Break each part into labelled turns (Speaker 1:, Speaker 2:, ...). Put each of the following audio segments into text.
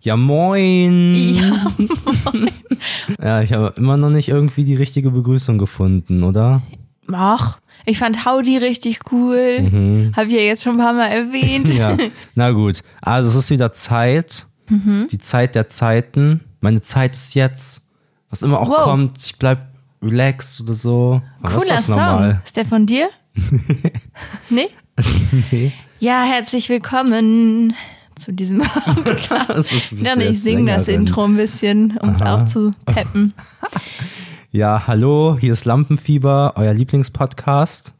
Speaker 1: Ja, moin. Ja,
Speaker 2: Mhm.
Speaker 1: moin. ja ich habe immer noch nicht irgendwie die richtige Begrüßung gefunden, oder?
Speaker 2: Ach, ich fand Howdy richtig cool.
Speaker 1: Mhm.
Speaker 2: Habe ich ja jetzt schon ein paar Mal erwähnt.
Speaker 1: Ja, na gut. Also es ist wieder Zeit.
Speaker 2: Mhm.
Speaker 1: Die Zeit der Zeiten. Meine Zeit ist jetzt. Was immer auch
Speaker 2: Wow.
Speaker 1: kommt, ich bleib relaxed oder so. Aber das ist
Speaker 2: Cooler
Speaker 1: das
Speaker 2: Song.
Speaker 1: normal.
Speaker 2: Ist der von dir? nee? Ja, herzlich willkommen zu diesem Podcast.
Speaker 1: Das ist, du bist
Speaker 2: Ja,
Speaker 1: ja
Speaker 2: ich
Speaker 1: jetzt
Speaker 2: singe das
Speaker 1: Sängerin.
Speaker 2: Intro ein bisschen, um es aufzupeppen.
Speaker 1: Ja, hallo, hier ist Lampenfieber, euer Lieblingspodcast.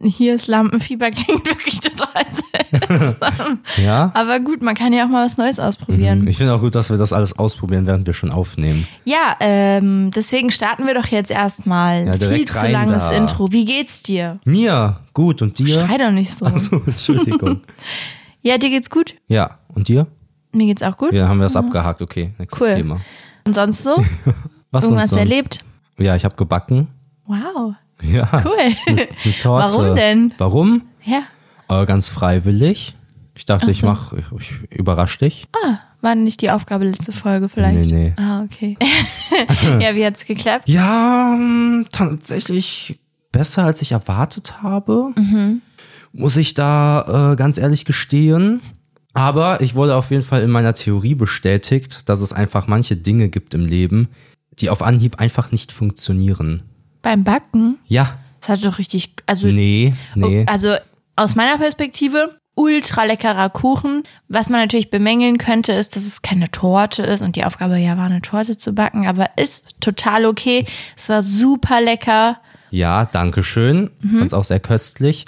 Speaker 2: Hier ist Lampenfieber, klingt wirklich total seltsam.
Speaker 1: Ja.
Speaker 2: Aber gut, man kann ja auch mal was Neues ausprobieren.
Speaker 1: Ich finde auch gut, dass wir das alles ausprobieren, während wir schon aufnehmen.
Speaker 2: Ja, ähm, deswegen starten wir doch jetzt erstmal.
Speaker 1: Ja,
Speaker 2: Viel
Speaker 1: direkt
Speaker 2: zu
Speaker 1: rein
Speaker 2: langes
Speaker 1: da.
Speaker 2: Intro. Wie geht's dir?
Speaker 1: Mir, gut, und dir?
Speaker 2: Schrei doch nicht so.
Speaker 1: Achso, Entschuldigung.
Speaker 2: Ja, dir geht's gut?
Speaker 1: ja, und dir?
Speaker 2: Mir geht's auch gut.
Speaker 1: Ja, dann haben wir das abgehakt. Okay, nächstes
Speaker 2: Mhm. Cool.
Speaker 1: Thema.
Speaker 2: Und sonst so?
Speaker 1: Was
Speaker 2: Irgendwas
Speaker 1: sonst?
Speaker 2: erlebt?
Speaker 1: Ja, ich habe gebacken.
Speaker 2: Wow,
Speaker 1: Ja,
Speaker 2: cool.
Speaker 1: eine Torte.
Speaker 2: Warum denn?
Speaker 1: Warum?
Speaker 2: ja,
Speaker 1: Äh, ganz freiwillig. Ich dachte, ich
Speaker 2: so.
Speaker 1: mach, ich, ich überrasch dich.
Speaker 2: war nicht die Aufgabe letzte Folge vielleicht?
Speaker 1: Nee, nee.
Speaker 2: Ah, okay. ja, wie hat's geklappt?
Speaker 1: Ja, ähm, tatsächlich besser, als ich erwartet habe.
Speaker 2: Mhm.
Speaker 1: Muss ich da äh, ganz ehrlich gestehen. Aber ich wurde auf jeden Fall in meiner Theorie bestätigt, dass es einfach manche Dinge gibt im Leben, die auf Anhieb einfach nicht funktionieren.
Speaker 2: Beim Backen?
Speaker 1: Ja,
Speaker 2: Das hat doch richtig, also,
Speaker 1: nee, nee.
Speaker 2: also aus meiner Perspektive ultra leckerer Kuchen. Was man natürlich bemängeln könnte, ist, dass es keine Torte ist und die Aufgabe ja war, eine Torte zu backen, aber ist total okay. Es war super lecker.
Speaker 1: Ja, danke schön. Fand's auch sehr köstlich.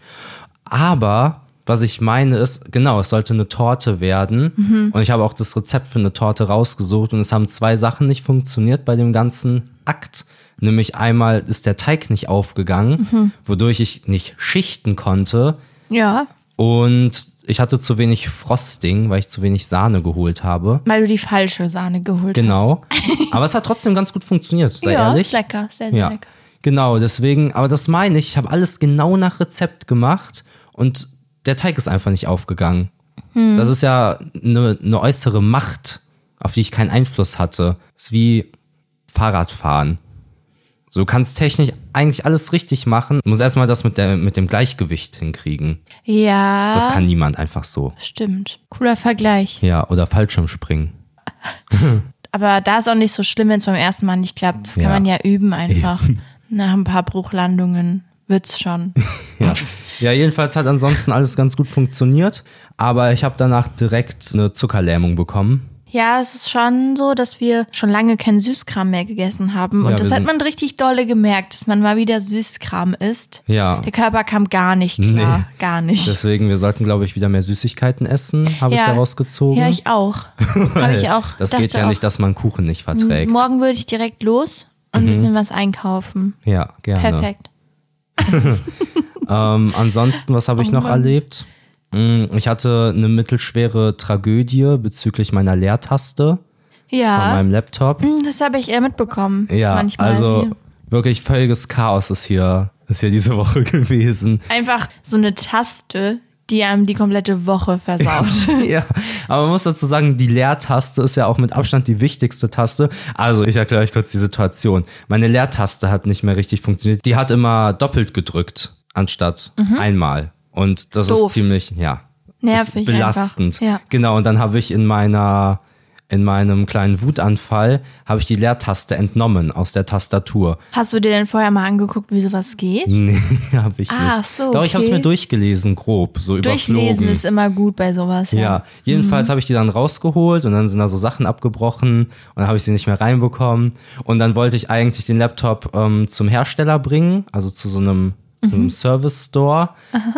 Speaker 1: Aber was ich meine ist, genau, es sollte eine Torte werden. Und ich habe auch das Rezept für eine Torte rausgesucht. Und es haben zwei Sachen nicht funktioniert bei dem ganzen Akt. Nämlich einmal ist der Teig nicht aufgegangen, wodurch ich nicht schichten konnte.
Speaker 2: Ja,
Speaker 1: Und ich hatte zu wenig Frosting, weil ich zu wenig Sahne geholt habe.
Speaker 2: weil du die falsche Sahne geholt hast.
Speaker 1: Genau. Aber es hat trotzdem ganz gut funktioniert, sei
Speaker 2: ja,
Speaker 1: ehrlich.
Speaker 2: ist lecker, sehr, sehr
Speaker 1: Ja,
Speaker 2: lecker.
Speaker 1: genau, deswegen, aber das meine ich, ich habe alles genau nach Rezept gemacht und der Teig ist einfach nicht aufgegangen. Das ist ja eine, eine äußere Macht, auf die ich keinen Einfluss hatte. Ist wie Fahrradfahren. So kannst technisch eigentlich alles richtig machen, muss erstmal das mit, der, mit dem Gleichgewicht hinkriegen.
Speaker 2: Ja.
Speaker 1: Das kann niemand einfach so.
Speaker 2: Stimmt. Cooler Vergleich.
Speaker 1: Ja, oder Fallschirmspringen.
Speaker 2: Aber da ist auch nicht so schlimm, wenn es beim ersten Mal nicht klappt. Das kann
Speaker 1: Ja.
Speaker 2: man ja üben einfach. Nach ein paar Bruchlandungen wird's schon.
Speaker 1: Ja. ja, jedenfalls hat ansonsten alles ganz gut funktioniert, aber ich habe danach direkt eine Zuckerlähmung bekommen.
Speaker 2: Ja, es ist schon so, dass wir schon lange keinen Süßkram mehr gegessen haben. Und
Speaker 1: Ja,
Speaker 2: das
Speaker 1: wir
Speaker 2: hat
Speaker 1: sind-
Speaker 2: man richtig dolle gemerkt, dass man mal wieder Süßkram isst.
Speaker 1: Ja.
Speaker 2: Der Körper kam gar nicht klar.
Speaker 1: Nee.
Speaker 2: Gar nicht.
Speaker 1: Deswegen, wir sollten, glaube ich, wieder mehr Süßigkeiten essen, habe ich daraus gezogen.
Speaker 2: Ja, ich auch. Habe ich auch.
Speaker 1: das
Speaker 2: Dachte
Speaker 1: geht ja
Speaker 2: auch,
Speaker 1: nicht, dass man Kuchen nicht verträgt.
Speaker 2: Morgen würde ich direkt los und ein bisschen was einkaufen.
Speaker 1: Ja, ne. gerne.
Speaker 2: Perfekt.
Speaker 1: Ähm, ansonsten, was
Speaker 2: Oh
Speaker 1: habe ich noch erlebt? Hm, Ich hatte eine mittelschwere Tragödie bezüglich meiner Leertaste von
Speaker 2: Ja.
Speaker 1: meinem Laptop.
Speaker 2: Hm, Das habe ich eher mitbekommen.
Speaker 1: Ja,
Speaker 2: manchmal.
Speaker 1: also wirklich völliges Chaos ist hier, ist hier diese Woche gewesen.
Speaker 2: Einfach so eine Taste, die einem die komplette Woche versaut.
Speaker 1: ja, aber man muss dazu sagen, die Leertaste ist ja auch mit Abstand die wichtigste Taste. Also, ich erkläre euch kurz die Situation. Meine Leertaste hat nicht mehr richtig funktioniert. Die hat immer doppelt gedrückt, anstatt einmal. Und das
Speaker 2: Mhm. Doof.
Speaker 1: ist ziemlich, ja.
Speaker 2: Nervig
Speaker 1: ist belastend.
Speaker 2: einfach. Ja.
Speaker 1: Genau, und dann habe ich in meiner in meinem kleinen Wutanfall habe ich die Leertaste entnommen aus der Tastatur.
Speaker 2: Hast du dir denn vorher mal angeguckt, wie sowas geht?
Speaker 1: Nee, habe ich
Speaker 2: Ah,
Speaker 1: nicht.
Speaker 2: so,
Speaker 1: Doch, ich habe es
Speaker 2: okay.
Speaker 1: mir durchgelesen, grob, so überflogen.
Speaker 2: Durchlesen ist immer gut bei sowas. Ja. Mhm.
Speaker 1: Ja, jedenfalls habe ich die dann rausgeholt und dann sind da so Sachen abgebrochen und dann habe ich sie nicht mehr reinbekommen. Und dann wollte ich eigentlich den Laptop ähm, zum Hersteller bringen, also zu so einem zum
Speaker 2: Mhm.
Speaker 1: Service Store.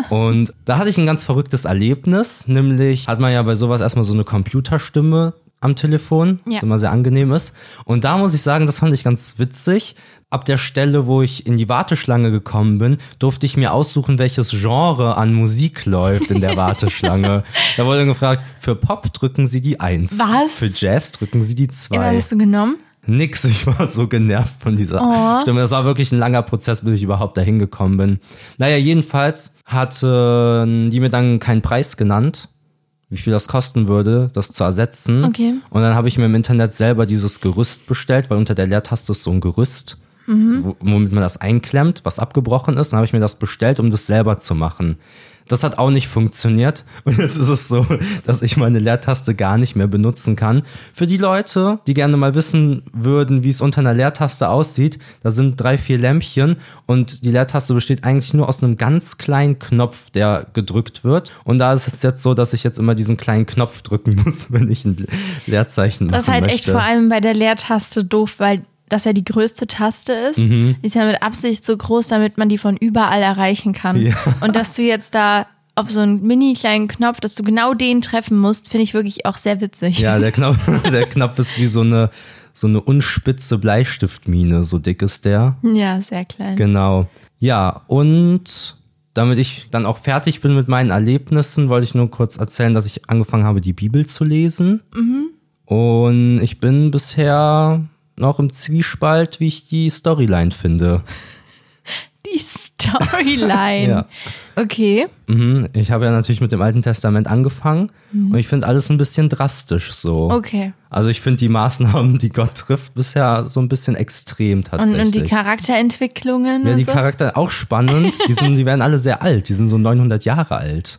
Speaker 1: Und da hatte ich ein ganz verrücktes Erlebnis, nämlich hat man ja bei sowas erstmal so eine Computerstimme am Telefon,
Speaker 2: Ja.
Speaker 1: was immer sehr angenehm ist. Und da muss ich sagen, das fand ich ganz witzig. Ab der Stelle, wo ich in die Warteschlange gekommen bin, durfte ich mir aussuchen, welches Genre an Musik läuft in der Warteschlange. da wurde gefragt, für Pop drücken Sie die 1.
Speaker 2: Was?
Speaker 1: Für Jazz drücken Sie die 2.
Speaker 2: Was hast du genommen?
Speaker 1: Nix, ich war so genervt von dieser Stimme. Das war wirklich ein langer Prozess, bis ich überhaupt dahin gekommen ähm, bin. Naja, jedenfalls hatten die mir dann keinen Preis genannt, wie viel das kosten würde, das zu ersetzen.
Speaker 2: Okay.
Speaker 1: Und dann habe ich mir im Internet selber dieses Gerüst bestellt, weil unter der Leertaste ist so ein Gerüst, wo- womit man das einklemmt, was abgebrochen ist. Dann habe ich mir das bestellt, um das selber zu machen. Das hat auch nicht funktioniert. Und jetzt ist es so, dass ich meine Leertaste gar nicht mehr benutzen kann. Für die Leute, die gerne mal wissen würden, wie es unter einer Leertaste aussieht, da sind drei, vier Lämpchen und die Leertaste besteht eigentlich nur aus einem ganz kleinen Knopf, der gedrückt wird. Und da ist es jetzt so, dass ich jetzt immer diesen kleinen Knopf drücken muss, wenn ich ein Leerzeichen machen
Speaker 2: Das ist halt echt
Speaker 1: möchte.
Speaker 2: vor allem bei der Leertaste doof, weil das ja die größte Taste ist.
Speaker 1: Mhm.
Speaker 2: Die ist ja mit Absicht so groß, damit man die von überall erreichen kann.
Speaker 1: Ja.
Speaker 2: Und dass du jetzt da auf so einen mini kleinen Knopf, dass du genau den treffen musst, finde ich wirklich auch sehr witzig.
Speaker 1: Ja, der Knopf, der Knopf ist wie so eine, so eine unspitze Bleistiftmine, so dick ist der.
Speaker 2: Ja, sehr klein.
Speaker 1: Genau. Ja, und damit ich dann auch fertig bin mit meinen Erlebnissen, wollte ich nur kurz erzählen, dass ich angefangen habe, die Bibel zu lesen.
Speaker 2: Mhm.
Speaker 1: Und ich bin bisher noch im Zwiespalt, wie ich die Storyline finde.
Speaker 2: Die Storyline.
Speaker 1: Ja.
Speaker 2: Okay.
Speaker 1: Mhm. Ich habe ja natürlich mit dem Alten Testament angefangen und ich finde alles ein bisschen drastisch so.
Speaker 2: Mhm. Okay.
Speaker 1: Also ich finde die Maßnahmen, die Gott trifft, bisher so ein bisschen extrem
Speaker 2: Und,
Speaker 1: tatsächlich.
Speaker 2: und die Charakterentwicklungen
Speaker 1: Ja,
Speaker 2: und
Speaker 1: die
Speaker 2: so?
Speaker 1: Charaktere auch spannend. Die, sind, die werden alle sehr alt. Die sind so 900 Jahre alt.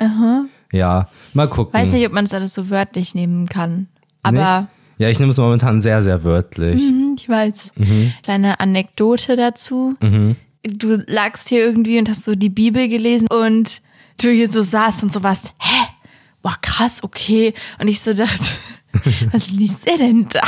Speaker 1: Ja, mal gucken.
Speaker 2: Weiß nicht, ob man das alles so wörtlich nehmen kann. Aber
Speaker 1: Nicht? Ja, ich nehme es momentan sehr, sehr wörtlich.
Speaker 2: Hm, ich weiß.
Speaker 1: Mhm.
Speaker 2: Kleine Anekdote dazu. Du lagst hier irgendwie und hast so die Bibel gelesen und du hier so saßt und so warst, hä? Boah, krass, okay. Und ich so dachte, was liest er denn da?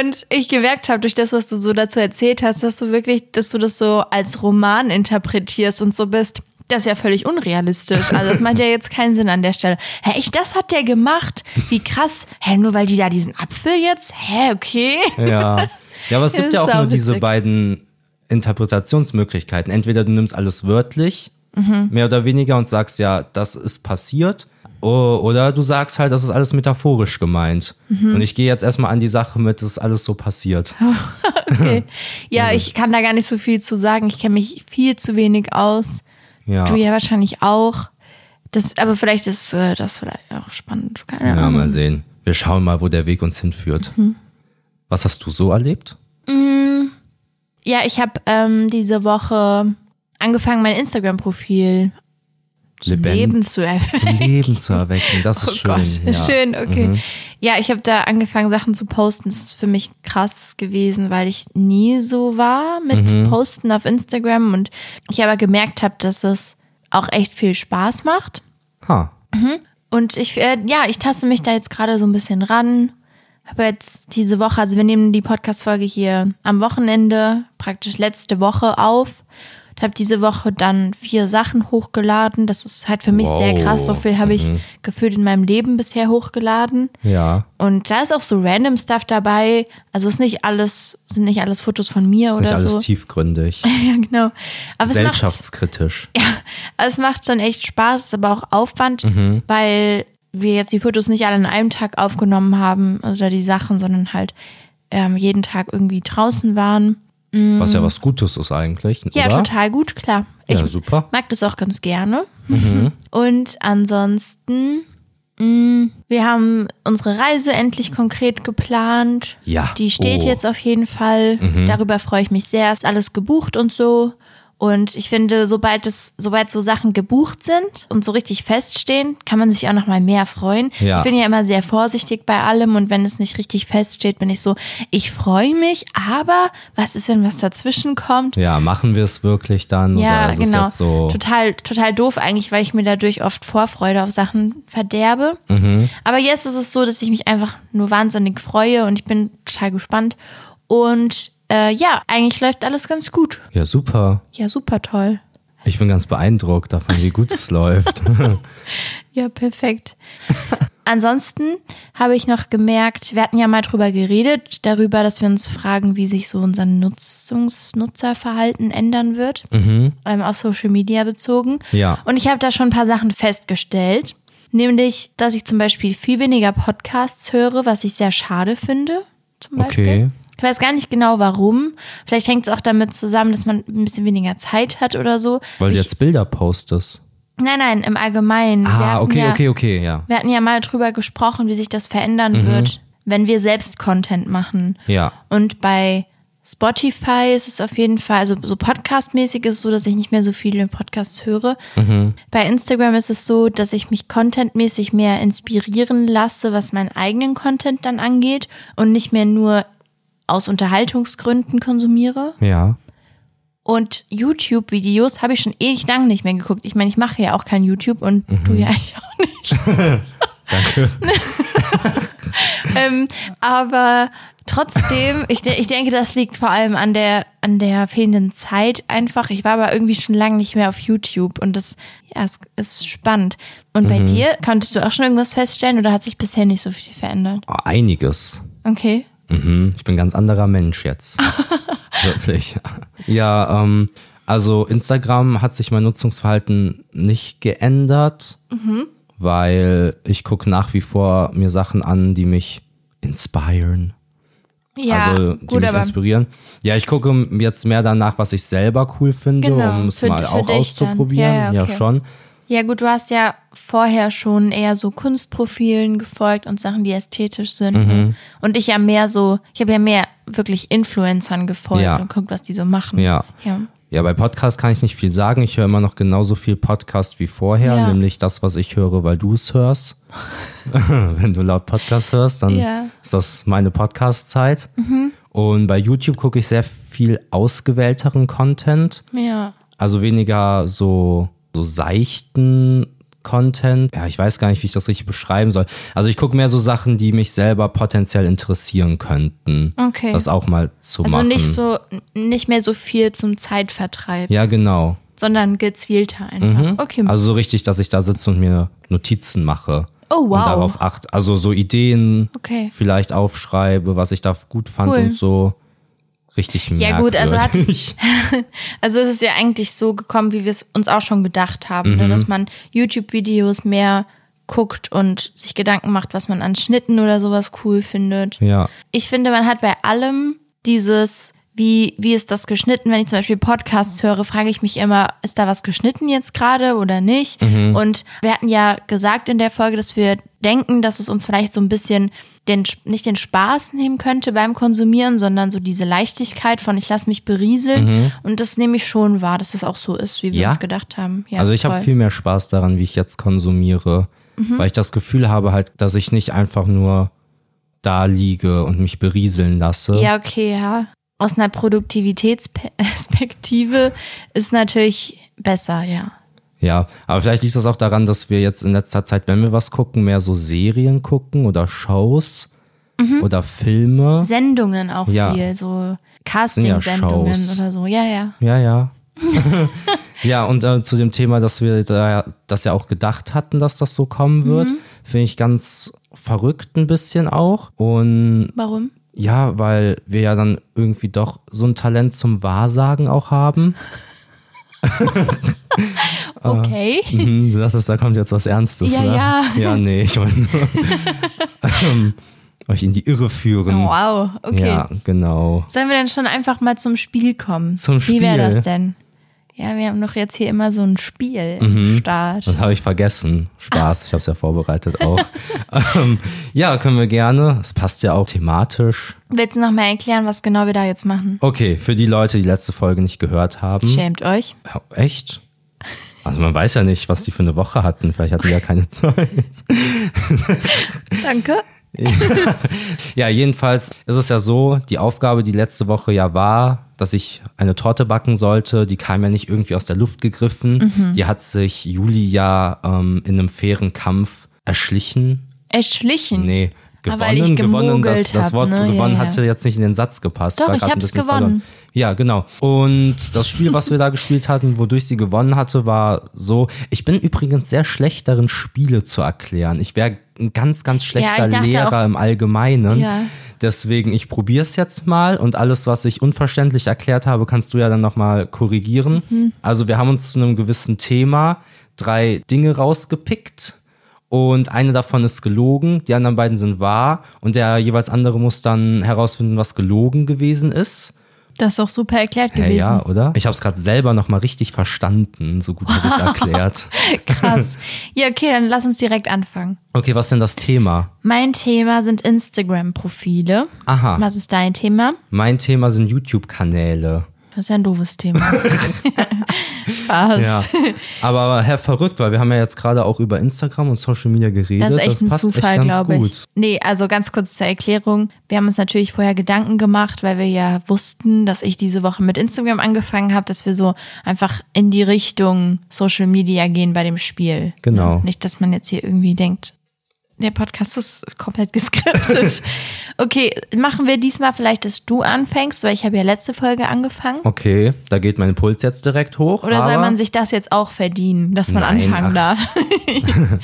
Speaker 2: Und ich gemerkt habe, durch das, was du so dazu erzählt hast, dass du wirklich, dass du das so als Roman interpretierst und so bist. Das ist ja völlig unrealistisch. Also das macht ja jetzt keinen Sinn an der Stelle. Hä, ich, das hat der gemacht. Wie krass. Hä, nur weil die da diesen Apfel jetzt? Hä, okay.
Speaker 1: Ja. ja, aber es
Speaker 2: Ja,
Speaker 1: gibt
Speaker 2: das
Speaker 1: ja auch
Speaker 2: ist auch
Speaker 1: nur diese
Speaker 2: witzig.
Speaker 1: beiden Interpretationsmöglichkeiten. Entweder du nimmst alles wörtlich,
Speaker 2: Mhm.
Speaker 1: mehr oder weniger, und sagst, ja, das ist passiert. O- Oder du sagst halt, das ist alles metaphorisch gemeint.
Speaker 2: Mhm.
Speaker 1: Und ich gehe jetzt erstmal an die Sache mit, das ist alles so passiert.
Speaker 2: okay. Ja, ich kann da gar nicht so viel zu sagen. Ich kenne mich viel zu wenig aus.
Speaker 1: Ja.
Speaker 2: Du ja wahrscheinlich auch. Das, aber vielleicht ist äh, das vielleicht auch spannend. Keine
Speaker 1: Ja,
Speaker 2: Ahnung.
Speaker 1: mal sehen. Wir schauen mal, wo der Weg uns hinführt.
Speaker 2: Mhm.
Speaker 1: Was hast du so erlebt?
Speaker 2: Ja, ich habe ähm, diese Woche angefangen, mein Instagram-Profil Leben Oh zu erwecken.
Speaker 1: Zum Leben zu erwecken. Das ist schön. ja. Mhm.
Speaker 2: schön, okay. Ja, ich habe da angefangen, Sachen zu posten. Das ist für mich krass gewesen, weil ich nie so war mit
Speaker 1: Mhm.
Speaker 2: Posten auf Instagram und ich aber gemerkt habe, dass es auch echt viel Spaß macht.
Speaker 1: Ha.
Speaker 2: Und ich, äh, ja, ich taste mich da jetzt gerade so ein bisschen ran. Habe jetzt diese Woche, also wir nehmen die Podcast-Folge hier am Wochenende, praktisch letzte Woche auf. Und habe diese Woche dann vier Sachen hochgeladen. Das ist halt für mich sehr
Speaker 1: Wow. Mhm.
Speaker 2: krass. So viel habe ich gefühlt in meinem Leben bisher hochgeladen.
Speaker 1: Ja.
Speaker 2: Und da ist auch so random Stuff dabei. Also ist nicht alles, sind nicht alles Fotos von mir
Speaker 1: Ist
Speaker 2: oder
Speaker 1: nicht alles
Speaker 2: so.
Speaker 1: tiefgründig.
Speaker 2: Ja, genau. Aber es macht,
Speaker 1: Gesellschaftskritisch.
Speaker 2: also es macht schon echt Spaß, ist aber auch Aufwand, weil wir jetzt die Fotos nicht alle an einem Tag aufgenommen haben oder die Sachen, sondern halt ähm, jeden Tag irgendwie draußen waren.
Speaker 1: Was ja was Gutes ist eigentlich.
Speaker 2: Ja,
Speaker 1: oder?
Speaker 2: total gut, klar.
Speaker 1: Ja,
Speaker 2: ich
Speaker 1: super. Mhm.
Speaker 2: mag das auch ganz gerne. Und ansonsten, mh, wir haben unsere Reise endlich konkret geplant.
Speaker 1: Ja.
Speaker 2: Die steht
Speaker 1: Oh. Mhm.
Speaker 2: jetzt auf jeden Fall. Darüber freue ich mich sehr. Ist alles gebucht und so. Und ich finde, sobald es, sobald so Sachen gebucht sind und so richtig feststehen, kann man sich auch noch mal mehr freuen.
Speaker 1: Ja.
Speaker 2: Ich bin ja immer sehr vorsichtig bei allem und wenn es nicht richtig feststeht, bin ich so, ich freue mich, aber was ist, wenn was dazwischen kommt?
Speaker 1: Ja, machen wir es wirklich dann?
Speaker 2: Ja,
Speaker 1: oder ist
Speaker 2: genau.
Speaker 1: es jetzt so?
Speaker 2: Total, total doof eigentlich, weil ich mir dadurch oft Vorfreude auf Sachen verderbe.
Speaker 1: Mhm.
Speaker 2: Aber jetzt ist es so, dass ich mich einfach nur wahnsinnig freue und ich bin total gespannt. Und äh, ja, eigentlich läuft alles ganz gut.
Speaker 1: Ja, super.
Speaker 2: Ja, super toll.
Speaker 1: Ich bin ganz beeindruckt davon, wie gut es läuft.
Speaker 2: Ja, perfekt. Ansonsten habe ich noch gemerkt, wir hatten ja mal drüber geredet, darüber, dass wir uns fragen, wie sich so unser Nutzungs Nutzerverhalten ändern wird, ähm, auf Social Media bezogen.
Speaker 1: Mhm. Ja.
Speaker 2: Und ich habe da schon ein paar Sachen festgestellt, nämlich, dass ich zum Beispiel viel weniger Podcasts höre, was ich sehr schade finde, zum Beispiel.
Speaker 1: Okay.
Speaker 2: Ich weiß gar nicht genau warum. Vielleicht hängt es auch damit zusammen, dass man ein bisschen weniger Zeit hat oder so.
Speaker 1: Weil du
Speaker 2: ich,
Speaker 1: jetzt Bilder postest.
Speaker 2: Nein, nein, im Allgemeinen. Wir
Speaker 1: Ah,
Speaker 2: hatten
Speaker 1: okay,
Speaker 2: ja,
Speaker 1: okay, okay, ja.
Speaker 2: Wir hatten ja mal drüber gesprochen, wie sich das verändern wird, wenn wir selbst Content machen.
Speaker 1: Ja.
Speaker 2: Und bei Spotify ist es auf jeden Fall, also so podcastmäßig ist es so, dass ich nicht mehr so viele Podcasts höre. Bei Instagram ist es so, dass ich mich contentmäßig mehr inspirieren lasse, was meinen eigenen Content dann angeht und nicht mehr nur aus Unterhaltungsgründen konsumiere.
Speaker 1: Ja.
Speaker 2: Und YouTube-Videos habe ich schon ewig lang nicht mehr geguckt. Ich meine, ich mache ja auch kein YouTube und
Speaker 1: Mhm.
Speaker 2: du ja eigentlich auch nicht. Danke. ähm, aber trotzdem, ich, de- ich denke, das liegt vor allem an der, an der fehlenden Zeit einfach. Ich war aber irgendwie schon lange nicht mehr auf YouTube und das ja, es ist spannend. Und
Speaker 1: Mhm.
Speaker 2: bei dir, konntest du auch schon irgendwas feststellen oder hat sich bisher nicht so viel verändert?
Speaker 1: Oh, einiges.
Speaker 2: Okay.
Speaker 1: Mhm, ich bin ein ganz anderer Mensch jetzt. Wirklich. Ja, ähm, also Instagram hat sich mein Nutzungsverhalten nicht geändert,
Speaker 2: Mhm.
Speaker 1: weil ich gucke nach wie vor mir Sachen an, die mich inspiren.
Speaker 2: Ja,
Speaker 1: also die
Speaker 2: gut,
Speaker 1: mich
Speaker 2: aber
Speaker 1: inspirieren. Ja, ich gucke m- jetzt mehr danach, was ich selber cool finde,
Speaker 2: Genau,
Speaker 1: um es
Speaker 2: für-
Speaker 1: mal
Speaker 2: für
Speaker 1: auch
Speaker 2: dich dann.
Speaker 1: auszuprobieren.
Speaker 2: Ja, ja, okay.
Speaker 1: schon.
Speaker 2: Ja, gut, du hast ja vorher schon eher so Kunstprofilen gefolgt und Sachen, die ästhetisch sind.
Speaker 1: Mhm.
Speaker 2: ne? Und ich ja mehr so, ich habe ja mehr wirklich Influencern gefolgt
Speaker 1: Ja.
Speaker 2: und guckt, was die so machen.
Speaker 1: Ja.
Speaker 2: Ja.
Speaker 1: Ja, bei Podcast kann ich nicht viel sagen. Ich höre immer noch genauso viel Podcast wie vorher,
Speaker 2: Ja.
Speaker 1: nämlich das, was ich höre, weil du es hörst. Wenn du laut Podcast hörst, dann
Speaker 2: Ja. Mhm.
Speaker 1: ist das meine Podcast-Zeit. Und bei YouTube gucke ich sehr viel ausgewählteren Content,
Speaker 2: Ja.
Speaker 1: also weniger so, so seichten Content. Ja, ich weiß gar nicht, wie ich das richtig beschreiben soll. Also ich gucke mehr so Sachen, die mich selber potenziell interessieren könnten.
Speaker 2: Okay.
Speaker 1: Das auch mal zu
Speaker 2: Also
Speaker 1: machen.
Speaker 2: nicht so, nicht mehr so viel zum Zeitvertreib,
Speaker 1: ja, genau.
Speaker 2: sondern gezielter einfach. Okay.
Speaker 1: Also so richtig, dass ich da sitze und mir Notizen mache.
Speaker 2: Oh, wow.
Speaker 1: Und darauf acht, also so Ideen
Speaker 2: Okay.
Speaker 1: vielleicht aufschreibe, was ich da gut fand
Speaker 2: Cool.
Speaker 1: und so. Richtig merkwürdig.
Speaker 2: Ja, gut, also hat es- Also es ist ja eigentlich so gekommen, wie wir es uns auch schon gedacht haben, ne? dass man YouTube-Videos mehr guckt und sich Gedanken macht, was man an Schnitten oder sowas cool findet.
Speaker 1: ja,
Speaker 2: Ich finde, man hat bei allem dieses, wie, wie ist das geschnitten? Wenn ich zum Beispiel Podcasts höre, frage ich mich immer, ist da was geschnitten jetzt gerade oder nicht?
Speaker 1: Mhm.
Speaker 2: Und wir hatten ja gesagt in der Folge, dass wir denken, dass es uns vielleicht so ein bisschen den, nicht den Spaß nehmen könnte beim Konsumieren, sondern so diese Leichtigkeit von ich lasse mich berieseln. Und das nehme ich schon wahr, dass es auch so ist, wie wir
Speaker 1: Mhm. Ja?
Speaker 2: uns gedacht haben. Ja,
Speaker 1: also ich habe
Speaker 2: voll. Mhm.
Speaker 1: viel mehr Spaß daran, wie ich jetzt konsumiere, weil ich das Gefühl habe halt, dass ich nicht einfach nur da liege und mich berieseln lasse.
Speaker 2: Ja, okay, ja. Aus einer Produktivitätsperspektive ist natürlich besser, ja.
Speaker 1: Ja, aber vielleicht liegt das auch daran, dass wir jetzt in letzter Zeit, wenn wir was gucken, mehr so Serien gucken oder Shows
Speaker 2: Mhm.
Speaker 1: oder Filme.
Speaker 2: Sendungen auch
Speaker 1: Ja.
Speaker 2: viel, so Casting-Sendungen
Speaker 1: Shows.
Speaker 2: oder so. Ja, ja.
Speaker 1: Ja, ja. ja, und äh, zu dem Thema, dass wir da, das ja auch gedacht hatten, dass das so kommen wird, finde ich ganz verrückt ein bisschen auch. Und
Speaker 2: Warum?
Speaker 1: ja, weil wir ja dann irgendwie doch so ein Talent zum Wahrsagen auch haben. Äh,
Speaker 2: Okay.
Speaker 1: Mhm, du dachtest, da kommt jetzt was Ernstes,
Speaker 2: Ja,
Speaker 1: ne?
Speaker 2: ja.
Speaker 1: Ja, nee, ich wollte nur ähm, euch in die Irre führen.
Speaker 2: Wow, Oh, okay.
Speaker 1: ähm, Ja, genau.
Speaker 2: Sollen wir dann schon einfach mal zum Spiel kommen?
Speaker 1: Zum
Speaker 2: Wie wäre
Speaker 1: Spiel?
Speaker 2: das denn? Ja, wir haben doch jetzt hier immer so ein Spiel im
Speaker 1: Mhm.
Speaker 2: Start.
Speaker 1: Das habe ich vergessen. Spaß, ich habe es ja vorbereitet auch. ähm, ja, können wir gerne. Es passt ja auch thematisch.
Speaker 2: Willst du nochmal erklären, was genau wir da jetzt machen?
Speaker 1: Okay, für die Leute, die letzte Folge nicht gehört haben.
Speaker 2: Schämt euch.
Speaker 1: Ja, echt? Also man weiß ja nicht, was die für eine Woche hatten. Vielleicht hatten die ja keine Zeit.
Speaker 2: Danke.
Speaker 1: Ja, jedenfalls ist es ja so, die Aufgabe, die letzte Woche ja war, dass ich eine Torte backen sollte, die kam ja nicht irgendwie aus der Luft gegriffen. Die hat sich Juli ja ähm, in einem fairen Kampf erschlichen.
Speaker 2: Erschlichen.
Speaker 1: Nee,
Speaker 2: Ah,
Speaker 1: gewonnen,
Speaker 2: weil ich
Speaker 1: gewonnen. Das,
Speaker 2: gemogelt
Speaker 1: das
Speaker 2: hab,
Speaker 1: Wort
Speaker 2: ne?
Speaker 1: gewonnen
Speaker 2: Ja, ja.
Speaker 1: hatte jetzt nicht in den Satz gepasst.
Speaker 2: Doch,
Speaker 1: War
Speaker 2: ich
Speaker 1: grad ein
Speaker 2: hab's
Speaker 1: bisschen
Speaker 2: gewonnen.
Speaker 1: verloren. Ja, genau. Und das Spiel, was wir da gespielt hatten, wodurch sie gewonnen hatte, war so. Ich bin übrigens sehr schlecht darin, Spiele zu erklären. Ich wäre ein ganz, ganz
Speaker 2: Ja,
Speaker 1: schlechter
Speaker 2: ich dachte
Speaker 1: Lehrer im Allgemeinen.
Speaker 2: Ja.
Speaker 1: Deswegen, ich probiere es jetzt mal und alles, was ich unverständlich erklärt habe, kannst du ja dann nochmal korrigieren.
Speaker 2: Mhm.
Speaker 1: Also wir haben uns zu einem gewissen Thema drei Dinge rausgepickt und eine davon ist gelogen, die anderen beiden sind wahr und der jeweils andere muss dann herausfinden, was gelogen gewesen ist.
Speaker 2: Das ist doch super erklärt
Speaker 1: Ja,
Speaker 2: gewesen.
Speaker 1: ja, oder? Ich habe es gerade selber nochmal richtig verstanden. So gut habe ich es erklärt.
Speaker 2: Krass. Ja, okay, dann lass uns direkt anfangen.
Speaker 1: Okay, was ist denn das Thema?
Speaker 2: Mein Thema sind Instagram-Profile.
Speaker 1: Aha.
Speaker 2: Was ist dein Thema?
Speaker 1: Mein Thema sind YouTube-Kanäle.
Speaker 2: Das ist ja ein doofes Thema. Spaß.
Speaker 1: Ja. Aber Herr verrückt, weil wir haben ja jetzt gerade auch über Instagram und Social Media geredet.
Speaker 2: Das ist echt ein
Speaker 1: passt
Speaker 2: Zufall,
Speaker 1: echt ganz
Speaker 2: glaube
Speaker 1: gut.
Speaker 2: ich. Nee, also ganz kurz zur Erklärung. Wir haben uns natürlich vorher Gedanken gemacht, weil wir ja wussten, dass ich diese Woche mit Instagram angefangen habe, dass wir so einfach in die Richtung Social Media gehen bei dem Spiel.
Speaker 1: Genau.
Speaker 2: Nicht, dass man jetzt hier irgendwie denkt, der Podcast ist komplett geskriptet. okay, machen wir diesmal vielleicht, dass du anfängst, weil ich habe ja letzte Folge angefangen.
Speaker 1: Okay, da geht mein Puls jetzt direkt hoch.
Speaker 2: Oder
Speaker 1: Oh, aber
Speaker 2: soll man sich das jetzt auch verdienen, dass man
Speaker 1: Nein,
Speaker 2: anfangen
Speaker 1: ach.
Speaker 2: darf?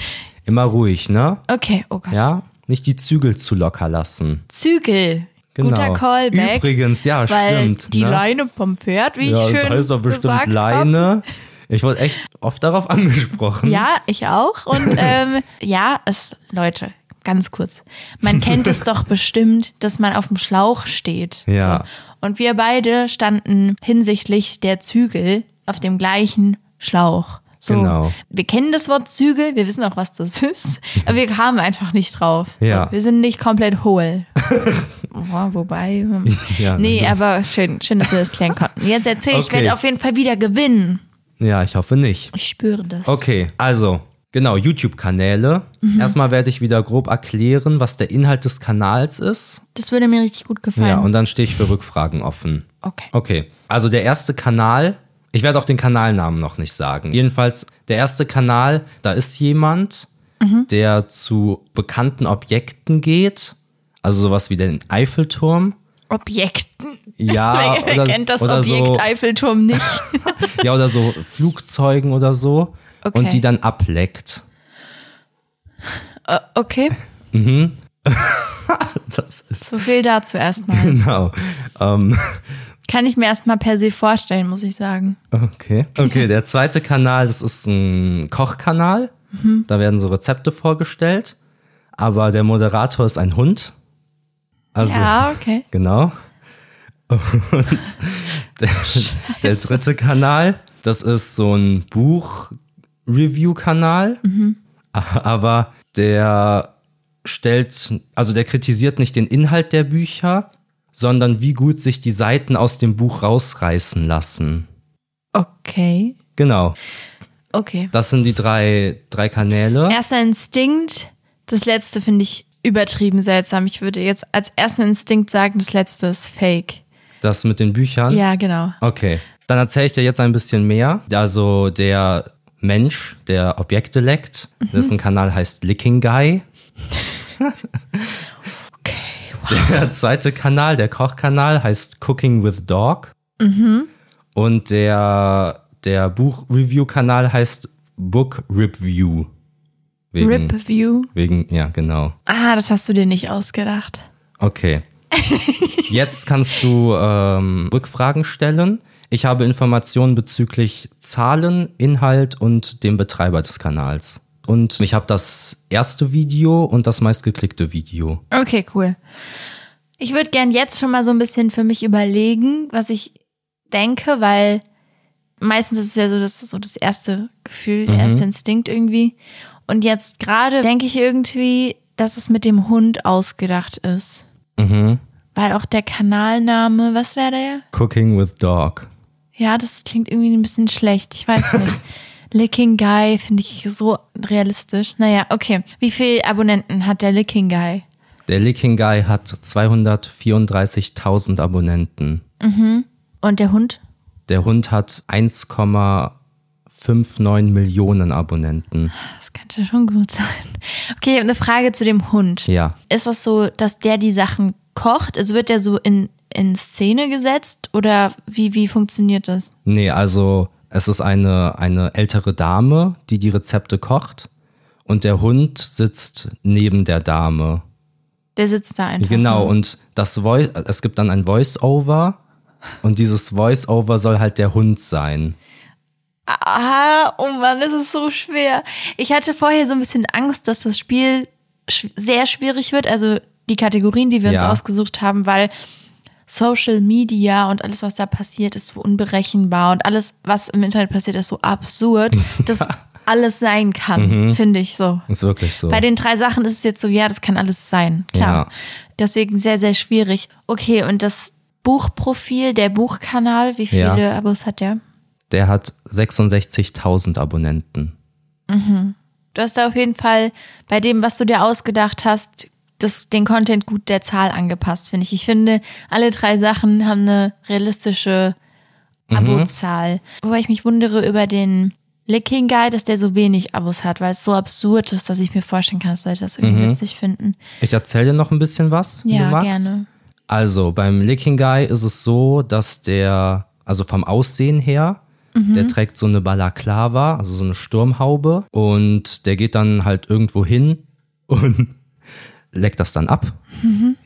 Speaker 1: immer ruhig, ne?
Speaker 2: Okay, oh Gott.
Speaker 1: Ja? Nicht die Zügel zu locker lassen.
Speaker 2: Zügel.
Speaker 1: Genau.
Speaker 2: Guter Callback.
Speaker 1: Übrigens, ja,
Speaker 2: weil
Speaker 1: stimmt.
Speaker 2: die
Speaker 1: ne?
Speaker 2: Leine vom Pferd, wie
Speaker 1: ja,
Speaker 2: ich
Speaker 1: das
Speaker 2: schön
Speaker 1: heißt doch bestimmt
Speaker 2: gesagt Hab.
Speaker 1: Leine. Ich wurde echt oft darauf angesprochen.
Speaker 2: Ja, ich auch. Und ähm, ja, es, Leute, ganz kurz. Man kennt es doch bestimmt, dass man auf dem Schlauch steht.
Speaker 1: Ja.
Speaker 2: So. Und wir beide standen hinsichtlich der Zügel auf dem gleichen Schlauch. So,
Speaker 1: Genau.
Speaker 2: Wir kennen das Wort Zügel, wir wissen auch, was das ist, aber wir kamen einfach nicht drauf.
Speaker 1: Ja.
Speaker 2: So, wir sind nicht komplett hohl. Boah, wobei. hm.
Speaker 1: Ja,
Speaker 2: nee, aber schön, schön, dass wir das klären konnten. Jetzt erzähl ich,
Speaker 1: Okay.
Speaker 2: werde auf jeden Fall wieder gewinnen.
Speaker 1: ja, ich hoffe nicht.
Speaker 2: Ich spüre das.
Speaker 1: Okay, also genau, YouTube-Kanäle.
Speaker 2: Mhm.
Speaker 1: Erstmal werde ich wieder grob erklären, was der Inhalt des Kanals ist.
Speaker 2: Das würde mir richtig gut gefallen.
Speaker 1: Ja, und dann stehe ich für Rückfragen offen.
Speaker 2: okay.
Speaker 1: Okay, also der erste Kanal, ich werde auch den Kanalnamen noch nicht sagen. Jedenfalls, der erste Kanal, da ist jemand,
Speaker 2: Mhm.
Speaker 1: der zu bekannten Objekten geht. Also sowas wie den Eiffelturm.
Speaker 2: Objekten.
Speaker 1: Ja,
Speaker 2: Wer
Speaker 1: oder,
Speaker 2: kennt das
Speaker 1: oder
Speaker 2: Objekt
Speaker 1: so,
Speaker 2: Eiffelturm nicht?
Speaker 1: Ja, oder so Flugzeugen oder so.
Speaker 2: Okay.
Speaker 1: Und die dann ableckt.
Speaker 2: Äh, okay,
Speaker 1: Das ist
Speaker 2: so viel dazu erstmal.
Speaker 1: genau. Ähm,
Speaker 2: Kann ich mir erstmal per se vorstellen, muss ich sagen.
Speaker 1: Okay. Okay, der zweite Kanal, das ist ein Kochkanal. Da werden so Rezepte vorgestellt. Aber der Moderator ist ein Hund. Also,
Speaker 2: Ja, okay.
Speaker 1: genau. Und der, der dritte Kanal, das ist so ein Buch-Review-Kanal. Aber der stellt, also der kritisiert nicht den Inhalt der Bücher, sondern wie gut sich die Seiten aus dem Buch rausreißen lassen.
Speaker 2: Okay.
Speaker 1: Genau.
Speaker 2: Okay.
Speaker 1: Das sind die drei, drei Kanäle.
Speaker 2: Erster Instinkt, das letzte finde ich übertrieben seltsam. Ich würde jetzt als ersten Instinkt sagen, das letzte ist fake.
Speaker 1: Das mit den Büchern.
Speaker 2: Ja, genau.
Speaker 1: Okay. Dann erzähle ich dir jetzt ein bisschen mehr. Also der Mensch, der Objekte leckt,
Speaker 2: Mhm.
Speaker 1: dessen Kanal heißt Licking Guy.
Speaker 2: Okay.
Speaker 1: Der zweite Kanal, der Kochkanal, heißt Cooking with Dog.
Speaker 2: Mhm.
Speaker 1: Und der, der Buch-Review-Kanal heißt Book Review. Wegen,
Speaker 2: Rip View.
Speaker 1: wegen, ja, genau.
Speaker 2: Ah, das hast du dir nicht ausgedacht.
Speaker 1: Okay. Jetzt kannst du ähm, Rückfragen stellen. Ich habe Informationen bezüglich Zahlen, Inhalt und dem Betreiber des Kanals. Und ich habe das erste Video und das meistgeklickte Video.
Speaker 2: Okay, cool. Ich würde gern jetzt schon mal so ein bisschen für mich überlegen, was ich denke, weil meistens ist es ja so, das ist so das erste Gefühl, der erste Instinkt irgendwie. Und jetzt gerade denke ich irgendwie, dass es mit dem Hund ausgedacht ist.
Speaker 1: Mhm.
Speaker 2: Weil auch der Kanalname, was wäre der?
Speaker 1: Cooking with Dog.
Speaker 2: Ja, das klingt irgendwie ein bisschen schlecht. Ich weiß nicht. Licking Guy finde ich so realistisch. Naja, okay. Wie viele Abonnenten hat der Licking Guy?
Speaker 1: Der Licking Guy hat 234.000 Abonnenten.
Speaker 2: Und der Hund?
Speaker 1: Der Hund hat 1,59 Millionen Abonnenten.
Speaker 2: Das könnte schon gut sein. Okay, ich habe eine Frage zu dem Hund.
Speaker 1: Ja.
Speaker 2: Ist das so, dass der die Sachen kocht? Also wird der so in, in Szene gesetzt oder wie, wie funktioniert das?
Speaker 1: Nee, also es ist eine, eine ältere Dame, die die Rezepte kocht. Und der Hund sitzt neben der Dame.
Speaker 2: Der sitzt da einfach.
Speaker 1: Genau, und das Voi es gibt dann ein Voice-Over. Und dieses Voice-Over soll halt der Hund sein.
Speaker 2: Ah, oh Mann, das ist so schwer. Ich hatte vorher so ein bisschen Angst, dass das Spiel sch sehr schwierig wird. Also die Kategorien, die wir uns
Speaker 1: Ja.
Speaker 2: ausgesucht haben, weil Social Media und alles, was da passiert, ist so unberechenbar und alles, was im Internet passiert, ist so absurd, dass alles sein kann, finde ich so.
Speaker 1: Ist wirklich Mhm. so.
Speaker 2: Bei den drei Sachen ist es jetzt so, ja, das kann alles sein,
Speaker 1: Ja.
Speaker 2: klar. Deswegen sehr, sehr schwierig. Okay, und das Buchprofil, der Buchkanal, wie
Speaker 1: Ja.
Speaker 2: viele Abos hat der?
Speaker 1: Der hat 66.000 Abonnenten.
Speaker 2: Du hast da auf jeden Fall bei dem, was du dir ausgedacht hast, das, den Content gut der Zahl angepasst, finde ich. Ich finde, alle drei Sachen haben eine realistische
Speaker 1: Mhm.
Speaker 2: Abozahl. Wobei ich mich wundere über den Licking Guy, dass der so wenig Abos hat, weil es so absurd ist, dass ich mir vorstellen kann, dass Leute das irgendwie witzig finden.
Speaker 1: Ich erzähle dir noch ein bisschen was. wenn Mhm. du
Speaker 2: Ja,
Speaker 1: magst.
Speaker 2: gerne.
Speaker 1: Also beim Licking Guy ist es so, dass der, also vom Aussehen her, der trägt so eine Balaklava, also so eine Sturmhaube und der geht dann halt irgendwo hin und leckt das dann ab.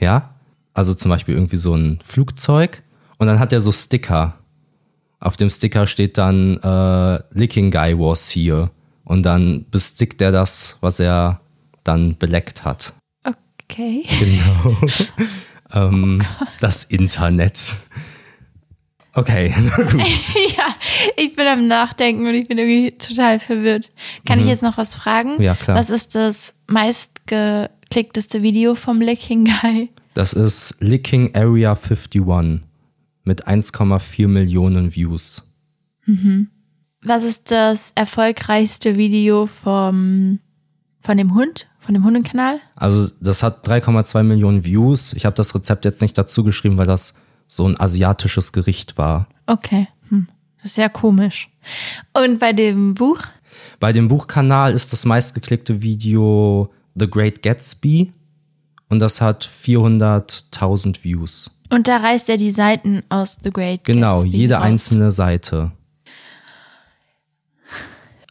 Speaker 1: Ja, also zum Beispiel irgendwie so ein Flugzeug und dann hat er so Sticker. Auf dem Sticker steht dann äh, Licking Guy was here und dann bestickt er das, was er dann beleckt hat.
Speaker 2: Okay.
Speaker 1: Ähm, das Internet. Okay, na gut.
Speaker 2: ja, ich bin am Nachdenken und ich bin irgendwie total verwirrt. Kann ich jetzt noch was fragen?
Speaker 1: Mhm. Ja, klar.
Speaker 2: Was ist das meistgeklickteste Video vom Licking Guy?
Speaker 1: Das ist Licking Area 51 mit 1,4 Millionen Views.
Speaker 2: Was ist das erfolgreichste Video vom, von dem Hund? Von dem Hundenkanal?
Speaker 1: Also das hat 3,2 Millionen Views. Ich habe das Rezept jetzt nicht dazu geschrieben, weil das so ein asiatisches Gericht war.
Speaker 2: Okay. Hm. Das ist ja komisch. Und bei dem Buch?
Speaker 1: Bei dem Buchkanal ist das meistgeklickte Video The Great Gatsby und das hat 400.000 Views.
Speaker 2: Und da reißt er die Seiten aus The Great
Speaker 1: Genau,
Speaker 2: Gatsby
Speaker 1: jede
Speaker 2: raus.
Speaker 1: einzelne Seite.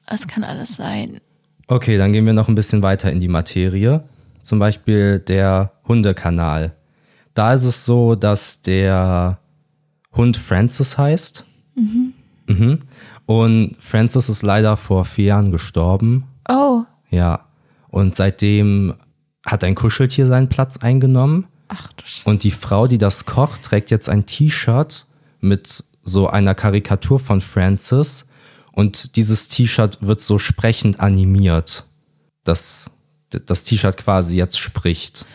Speaker 2: Das kann alles sein.
Speaker 1: Okay, dann gehen wir noch ein bisschen weiter in die Materie. Zum Beispiel der Hundekanal. Da ist es so, dass der Hund Francis heißt. Mhm. Und Francis ist leider vor vier Jahren gestorben.
Speaker 2: Oh,
Speaker 1: Ja. Und seitdem hat ein Kuscheltier seinen Platz eingenommen.
Speaker 2: ach du Sch...
Speaker 1: Und die Frau, die das kocht, trägt jetzt ein T-Shirt mit so einer Karikatur von Francis. Und dieses T-Shirt wird so sprechend animiert, dass d- das T-Shirt quasi jetzt spricht.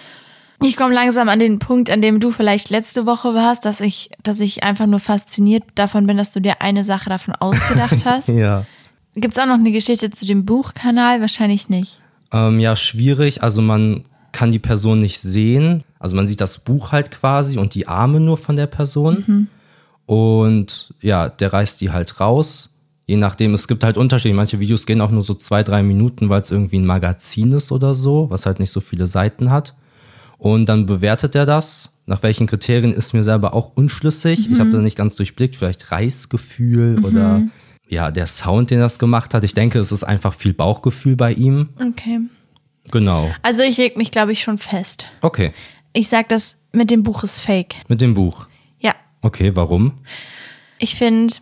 Speaker 2: Ich komme langsam an den Punkt, an dem du vielleicht letzte Woche warst, dass ich, dass ich einfach nur fasziniert davon bin, dass du dir eine Sache davon ausgedacht hast.
Speaker 1: Ja.
Speaker 2: Gibt's auch noch eine Geschichte zu dem Buchkanal? Wahrscheinlich nicht.
Speaker 1: Ähm, ja, schwierig. Also man kann die Person nicht sehen. Also man sieht das Buch halt quasi und die Arme nur von der Person. Und ja, der reißt die halt raus. Je nachdem, es gibt halt Unterschiede. Manche Videos gehen auch nur so zwei, drei Minuten, weil es irgendwie ein Magazin ist oder so, was halt nicht so viele Seiten hat. Und dann bewertet er das. Nach welchen Kriterien ist mir selber auch unschlüssig. Ich habe da nicht ganz durchblickt. Vielleicht Reißgefühl oder ja, der Sound, den das gemacht hat. Ich denke, es ist einfach viel Bauchgefühl bei ihm.
Speaker 2: Okay.
Speaker 1: Genau.
Speaker 2: Also ich leg mich, glaube ich, schon fest.
Speaker 1: Okay.
Speaker 2: Ich sag, das mit dem Buch ist fake.
Speaker 1: Mit dem Buch.
Speaker 2: Ja,
Speaker 1: Okay, warum?
Speaker 2: ich finde,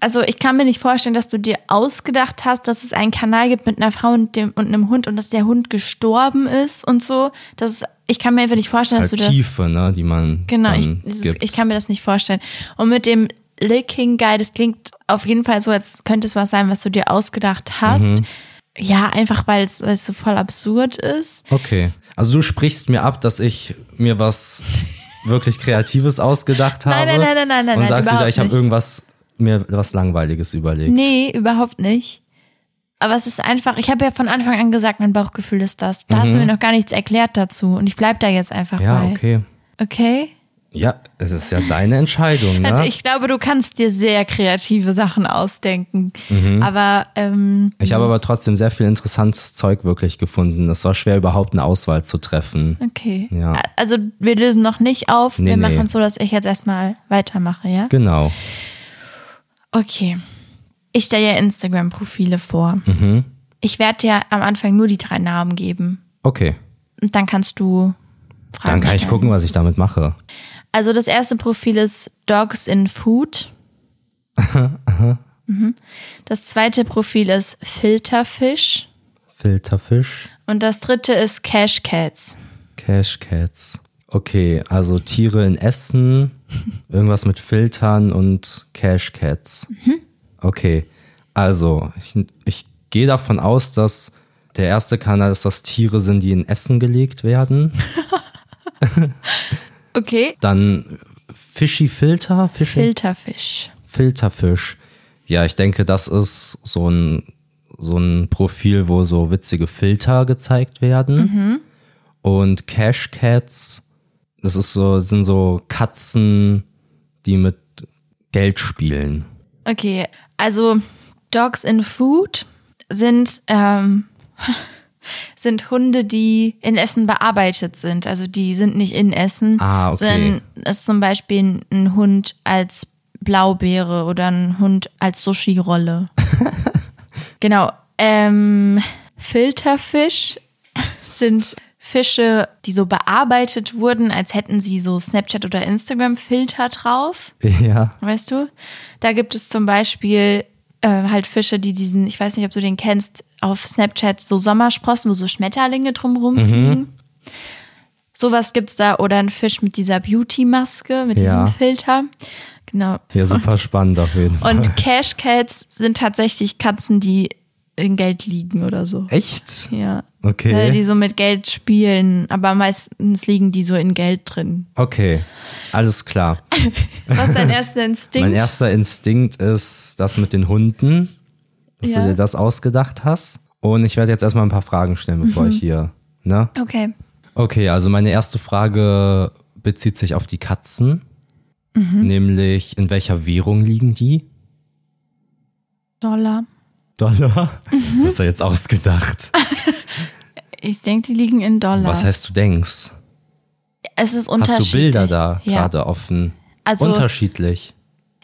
Speaker 2: also ich kann mir nicht vorstellen, dass du dir ausgedacht hast, dass es einen Kanal gibt mit einer Frau und, dem, und einem Hund und dass der Hund gestorben ist und so. Das ist, ich kann mir einfach nicht vorstellen,
Speaker 1: Halt
Speaker 2: dass du das.
Speaker 1: Tiefe, ne, die man
Speaker 2: Genau, ich,
Speaker 1: dann
Speaker 2: das ist,
Speaker 1: gibt.
Speaker 2: ich kann mir das nicht vorstellen. Und mit dem Licking Guy, das klingt auf jeden Fall so, als könnte es was sein, was du dir ausgedacht hast. Ja, einfach weil es, weil es so voll absurd ist.
Speaker 1: okay. Also du sprichst mir ab, dass ich mir was wirklich Kreatives ausgedacht habe.
Speaker 2: Nein, nein, nein, nein, nein, nein,
Speaker 1: Und
Speaker 2: nein,
Speaker 1: sagst wieder,
Speaker 2: überhaupt
Speaker 1: ich habe
Speaker 2: nicht.
Speaker 1: irgendwas mir was Langweiliges überlegt.
Speaker 2: Nee, überhaupt nicht. Aber es ist einfach, ich habe ja von Anfang an gesagt, mein Bauchgefühl ist das. Da hast du mir noch gar nichts erklärt dazu und ich bleib da jetzt einfach
Speaker 1: Mhm. Ja,
Speaker 2: bei.
Speaker 1: okay.
Speaker 2: Okay?
Speaker 1: Ja, es ist ja deine Entscheidung, ne?
Speaker 2: Ich glaube, du kannst dir sehr kreative Sachen ausdenken.
Speaker 1: Mhm.
Speaker 2: Aber ähm,
Speaker 1: Ich habe aber trotzdem sehr viel interessantes Zeug wirklich gefunden. Es war schwer, überhaupt eine Auswahl zu treffen.
Speaker 2: Okay.
Speaker 1: Ja.
Speaker 2: A- Also wir lösen noch nicht auf.
Speaker 1: Nee,
Speaker 2: wir
Speaker 1: nee.
Speaker 2: machen es so, dass ich jetzt erstmal weitermache, ja?
Speaker 1: Genau.
Speaker 2: Okay. Ich stelle ja Instagram-Profile vor.
Speaker 1: Mhm.
Speaker 2: Ich werde dir am Anfang nur die drei Namen geben.
Speaker 1: Okay.
Speaker 2: Und dann kannst du Fragen
Speaker 1: Dann kann ich
Speaker 2: stellen.
Speaker 1: gucken, was ich damit mache.
Speaker 2: Also das erste Profil ist Dogs in Food. Mhm. Das zweite Profil ist Filterfisch.
Speaker 1: Filterfisch.
Speaker 2: Und das dritte ist Cash Cats.
Speaker 1: Cash Cats. Okay, also Tiere in Essen, irgendwas mit Filtern und Cash Cats. Okay, also ich, ich gehe davon aus, dass der erste Kanal, dass das Tiere sind, die in Essen gelegt werden.
Speaker 2: Okay.
Speaker 1: Dann Fischi Filter, Fischi
Speaker 2: Filterfisch.
Speaker 1: Filterfisch. Ja, ich denke, das ist so ein, so ein Profil, wo so witzige Filter gezeigt werden. Und Cash Cats, das ist so, sind so Katzen, die mit Geld spielen.
Speaker 2: Okay, also Dogs in Food sind, ähm, sind Hunde, die in Essen bearbeitet sind. Also die sind nicht in Essen,
Speaker 1: Ah, okay.
Speaker 2: sondern ist zum Beispiel ein Hund als Blaubeere oder ein Hund als Sushi-Rolle. genau. Ähm, Filterfisch sind Fische, die so bearbeitet wurden, als hätten sie so Snapchat oder Instagram-Filter drauf.
Speaker 1: Ja.
Speaker 2: Weißt du? Da gibt es zum Beispiel äh, halt Fische, die diesen, ich weiß nicht, ob du den kennst, auf Snapchat so Sommersprossen, wo so Schmetterlinge drumherum
Speaker 1: Mhm.
Speaker 2: fliegen. Sowas gibt's da. Oder ein Fisch mit dieser Beauty-Maske, mit
Speaker 1: Ja.
Speaker 2: diesem Filter. Genau.
Speaker 1: Ja, super spannend auf jeden Fall.
Speaker 2: Und Cash Cats sind tatsächlich Katzen, die in Geld liegen oder so.
Speaker 1: Echt?
Speaker 2: Ja.
Speaker 1: Okay.
Speaker 2: Weil Die so mit Geld spielen, aber meistens liegen die so in Geld drin.
Speaker 1: Okay, alles klar.
Speaker 2: Was ist dein erster Instinkt?
Speaker 1: Mein erster Instinkt ist das mit den Hunden, dass
Speaker 2: Ja.
Speaker 1: du dir das ausgedacht hast. Und ich werde jetzt erstmal ein paar Fragen stellen, bevor ich hier. Ne?
Speaker 2: okay.
Speaker 1: Okay, also meine erste Frage bezieht sich auf die Katzen.
Speaker 2: Mhm.
Speaker 1: Nämlich, in welcher Währung liegen die?
Speaker 2: Dollar.
Speaker 1: Dollar?
Speaker 2: Mhm.
Speaker 1: Das ist doch jetzt ausgedacht.
Speaker 2: Ich denke, die liegen in Dollar.
Speaker 1: Was heißt, du denkst?
Speaker 2: es ist
Speaker 1: Hast
Speaker 2: unterschiedlich.
Speaker 1: du Bilder da
Speaker 2: ja.
Speaker 1: gerade offen?
Speaker 2: Also-
Speaker 1: Unterschiedlich.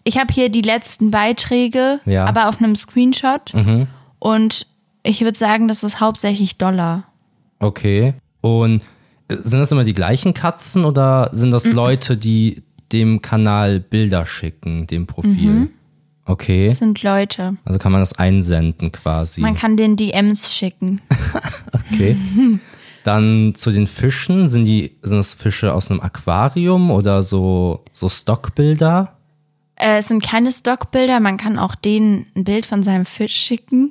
Speaker 2: Ich habe hier die letzten Beiträge,
Speaker 1: Ja. Mhm.
Speaker 2: aber auf einem Screenshot. Und ich würde sagen, das ist hauptsächlich Dollar.
Speaker 1: Okay. Und äh, sind das immer die gleichen Katzen oder sind
Speaker 2: Mhm.
Speaker 1: das Leute, die dem Kanal Bilder schicken, dem Profil?
Speaker 2: Mhm.
Speaker 1: Okay.
Speaker 2: Das sind Leute.
Speaker 1: Also kann man das einsenden quasi.
Speaker 2: Man kann den DMs schicken.
Speaker 1: Okay. Dann zu den Fischen. Sind die, sind das Fische aus einem Aquarium oder so, so Stockbilder?
Speaker 2: Äh, es sind keine Stockbilder, man kann auch denen ein Bild von seinem Fisch schicken.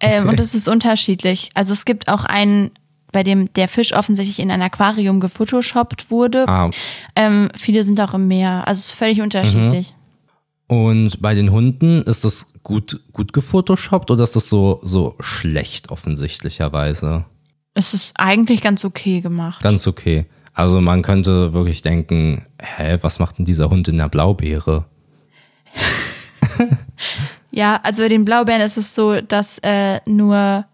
Speaker 2: ähm, und es ist unterschiedlich. Also es gibt auch einen, bei dem der Fisch offensichtlich in ein Aquarium gefotoshoppt wurde.
Speaker 1: Ah. Mhm.
Speaker 2: Ähm, viele sind auch im Meer. Also es ist völlig unterschiedlich.
Speaker 1: Und bei den Hunden ist das gut, gut gefotoshoppt oder ist das so, so schlecht offensichtlicherweise?
Speaker 2: Es ist eigentlich ganz okay gemacht.
Speaker 1: Ganz okay. Also man könnte wirklich denken, hä, was macht denn dieser Hund in der Blaubeere?
Speaker 2: Ja, also bei den Blaubeeren ist es so, dass äh, nur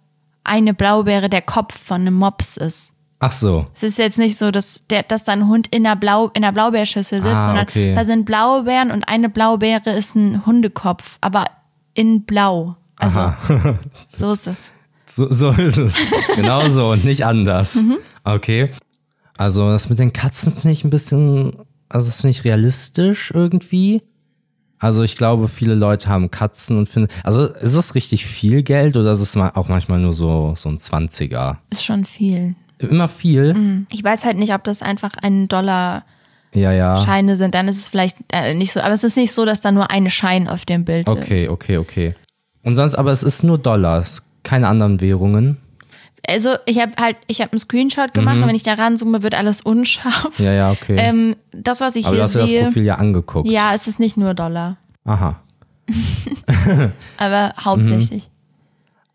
Speaker 2: eine Blaubeere der Kopf von einem Mops ist.
Speaker 1: Ach so,
Speaker 2: Es ist jetzt nicht so, dass, der, dass da ein Hund in einer, Blau, in einer Blaubeerschüssel sitzt,
Speaker 1: Ah,
Speaker 2: sondern
Speaker 1: okay.
Speaker 2: da sind Blaubeeren und eine Blaubeere ist ein Hundekopf, aber in Blau. Also so ist es.
Speaker 1: so, so ist es. Genau so und nicht anders.
Speaker 2: Mhm.
Speaker 1: Okay. Also das mit den Katzen finde ich ein bisschen, also das finde ich realistisch irgendwie. Also ich glaube, viele Leute haben Katzen und finden, also ist es richtig viel Geld oder ist es ma- auch manchmal nur so, so ein 20er?
Speaker 2: Ist schon viel.
Speaker 1: Immer viel.
Speaker 2: Hm. Ich weiß halt nicht, ob das einfach ein Dollar
Speaker 1: Ja, ja.
Speaker 2: Scheine sind. Dann ist es vielleicht äh, nicht so. Aber es ist nicht so, dass da nur ein Schein auf dem Bild ist.
Speaker 1: Okay, okay, okay. Und sonst, aber es ist nur Dollars, keine anderen Währungen.
Speaker 2: Also ich habe halt, ich habe einen Screenshot gemacht und wenn ich da ranzoome, wird alles unscharf.
Speaker 1: Mhm. Ja, ja, okay.
Speaker 2: Ähm, das, was ich
Speaker 1: Aber du
Speaker 2: hier
Speaker 1: hast dir das
Speaker 2: sehe,
Speaker 1: Profil ja angeguckt.
Speaker 2: ja, es ist nicht nur Dollar,
Speaker 1: Aha.
Speaker 2: aber
Speaker 1: Mhm.
Speaker 2: hauptsächlich.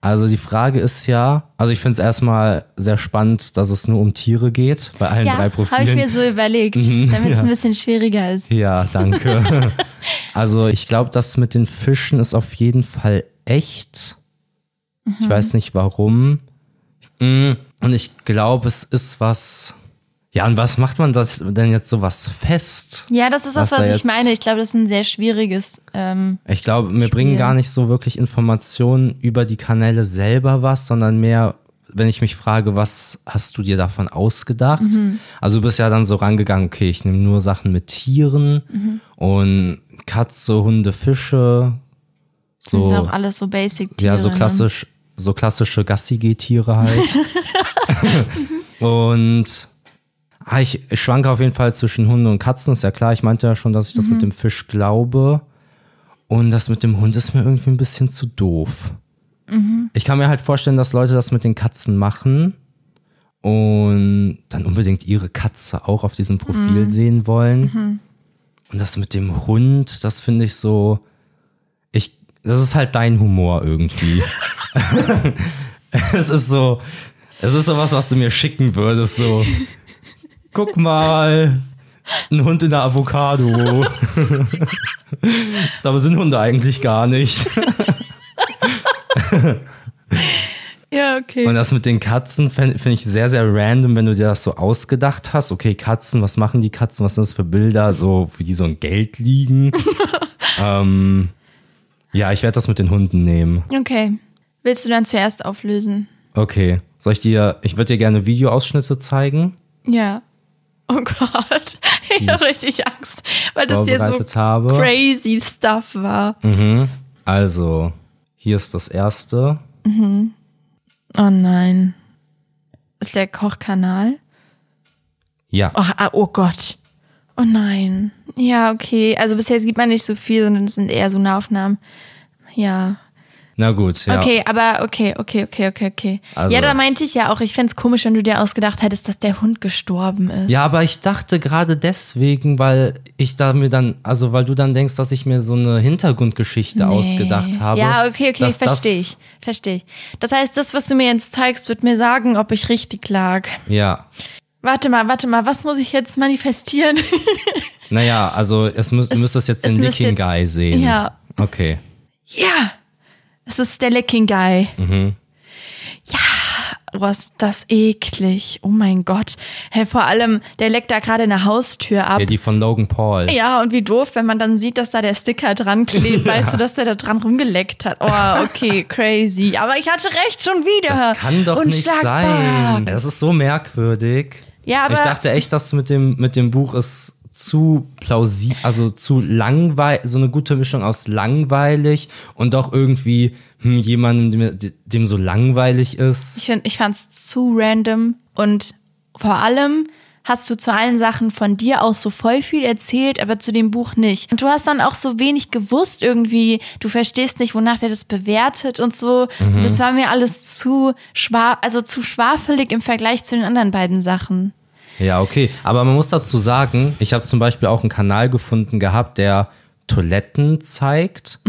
Speaker 1: Also die Frage ist ja, also ich finde es erstmal sehr spannend, dass es nur um Tiere geht bei allen
Speaker 2: Ja,
Speaker 1: drei
Speaker 2: habe
Speaker 1: Profilen. Mhm.
Speaker 2: ich mir so überlegt, damit es ein bisschen schwieriger ist.
Speaker 1: ja, danke. also ich glaube, das mit den Fischen ist auf jeden Fall echt.
Speaker 2: Mhm.
Speaker 1: Ich weiß nicht warum. Mm, Und ich glaube, es ist was. Ja, und was macht man das denn jetzt sowas fest?
Speaker 2: Ja, das ist
Speaker 1: Was
Speaker 2: das, was,
Speaker 1: da
Speaker 2: ich
Speaker 1: jetzt-
Speaker 2: meine. Ich glaube, das ist ein sehr schwieriges. Ähm,
Speaker 1: Ich glaube, mir bringen gar nicht so wirklich Informationen über die Kanäle selber was, sondern mehr, wenn ich mich frage, was hast du dir davon ausgedacht?
Speaker 2: Mhm.
Speaker 1: Also du bist ja dann so rangegangen, okay, ich nehme nur Sachen mit Tieren
Speaker 2: Mhm.
Speaker 1: und Katze, Hunde, Fische,
Speaker 2: sind
Speaker 1: so,
Speaker 2: auch alles so basic Tiere. ne?
Speaker 1: ja, so klassisch, so klassische Gassi-Tiere halt. und Ah, ich schwanke auf jeden Fall zwischen Hunde und Katzen, ist ja klar. Ich meinte ja schon, dass ich das mit dem Fisch glaube. Und das mit dem Hund ist mir irgendwie ein bisschen zu doof. Ich kann mir halt vorstellen, dass Leute das mit den Katzen machen und dann unbedingt ihre Katze auch auf diesem Profil sehen wollen. Und das mit dem Hund, das finde ich so. Ich, das ist halt dein Humor irgendwie. es ist so. Es ist sowas, was du mir schicken würdest. So, guck mal, ein Hund in der Avocado. Dabei sind Hunde eigentlich gar nicht.
Speaker 2: Ja, okay.
Speaker 1: Und das mit den Katzen fänd- finde ich sehr, sehr random, wenn du dir das so ausgedacht hast. Okay, Katzen, was machen die Katzen? Was sind das für Bilder? So, wie die so ein Geld liegen. ähm, ja, ich werde das mit den Hunden nehmen.
Speaker 2: okay. Willst du dann zuerst auflösen?
Speaker 1: Okay. Soll ich dir, ich würde dir gerne Videoausschnitte zeigen,
Speaker 2: Ja. Oh Gott. Ich habe richtig Angst, weil
Speaker 1: die ich
Speaker 2: das hier so
Speaker 1: vorbereitet habe. Mhm.
Speaker 2: crazy stuff war.
Speaker 1: Also, hier ist das erste.
Speaker 2: Oh nein. Ist der Kochkanal?
Speaker 1: Ja.
Speaker 2: Oh, ah, oh Gott. Oh nein. Ja, okay. Also bisher sieht man nicht so viel, sondern es sind eher so Nahaufnahmen. Ja.
Speaker 1: Na gut, ja.
Speaker 2: Okay, aber okay, okay, okay, okay, okay.
Speaker 1: Also-
Speaker 2: ja, da meinte ich ja auch, ich fänd's komisch, wenn du dir ausgedacht hättest, dass der Hund gestorben ist.
Speaker 1: Ja, aber ich dachte gerade deswegen, weil ich da mir dann, also weil du dann denkst, dass ich mir so eine Hintergrundgeschichte ausgedacht habe.
Speaker 2: Ja, okay, okay,
Speaker 1: dass das-
Speaker 2: verstehe ich. Verstehe ich. Das heißt, das, was du mir jetzt zeigst, wird mir sagen, ob ich richtig lag.
Speaker 1: Ja.
Speaker 2: Warte mal, warte mal, was muss ich jetzt manifestieren?
Speaker 1: Naja, also es müß, du müsstest jetzt
Speaker 2: es
Speaker 1: den
Speaker 2: müsste
Speaker 1: Licking
Speaker 2: jetzt-
Speaker 1: Guy sehen.
Speaker 2: ja.
Speaker 1: Okay.
Speaker 2: ja, es ist der Licking Guy.
Speaker 1: Mhm.
Speaker 2: Ja, was das eklig. Oh mein Gott. Hey, vor allem, der leckt da gerade eine Haustür ab.
Speaker 1: Ja, die von Logan Paul.
Speaker 2: Ja, und wie doof, wenn man dann sieht, dass da der Sticker dran klebt, weißt du, dass der da dran rumgeleckt hat. Oh, okay, crazy. Aber ich hatte recht schon wieder.
Speaker 1: Das kann doch nicht
Speaker 2: Unschlagbar.
Speaker 1: sein. Das ist so merkwürdig.
Speaker 2: Ja, aber-
Speaker 1: ich dachte echt, dass mit dem, mit dem Buch ist zu plausibel, also zu langweilig, so eine gute Mischung aus langweilig und doch irgendwie hm, jemandem, dem, dem so langweilig ist.
Speaker 2: Ich, find, ich fand's zu random und vor allem hast du zu allen Sachen von dir aus so voll viel erzählt, aber zu dem Buch nicht. Und du hast dann auch so wenig gewusst irgendwie. Du verstehst nicht, wonach der das bewertet und so. Das war mir alles zu schwa also zu schwafelig im Vergleich zu den anderen beiden Sachen.
Speaker 1: Ja, okay. Aber man muss dazu sagen, ich habe zum Beispiel auch einen Kanal gefunden gehabt, der Toiletten zeigt.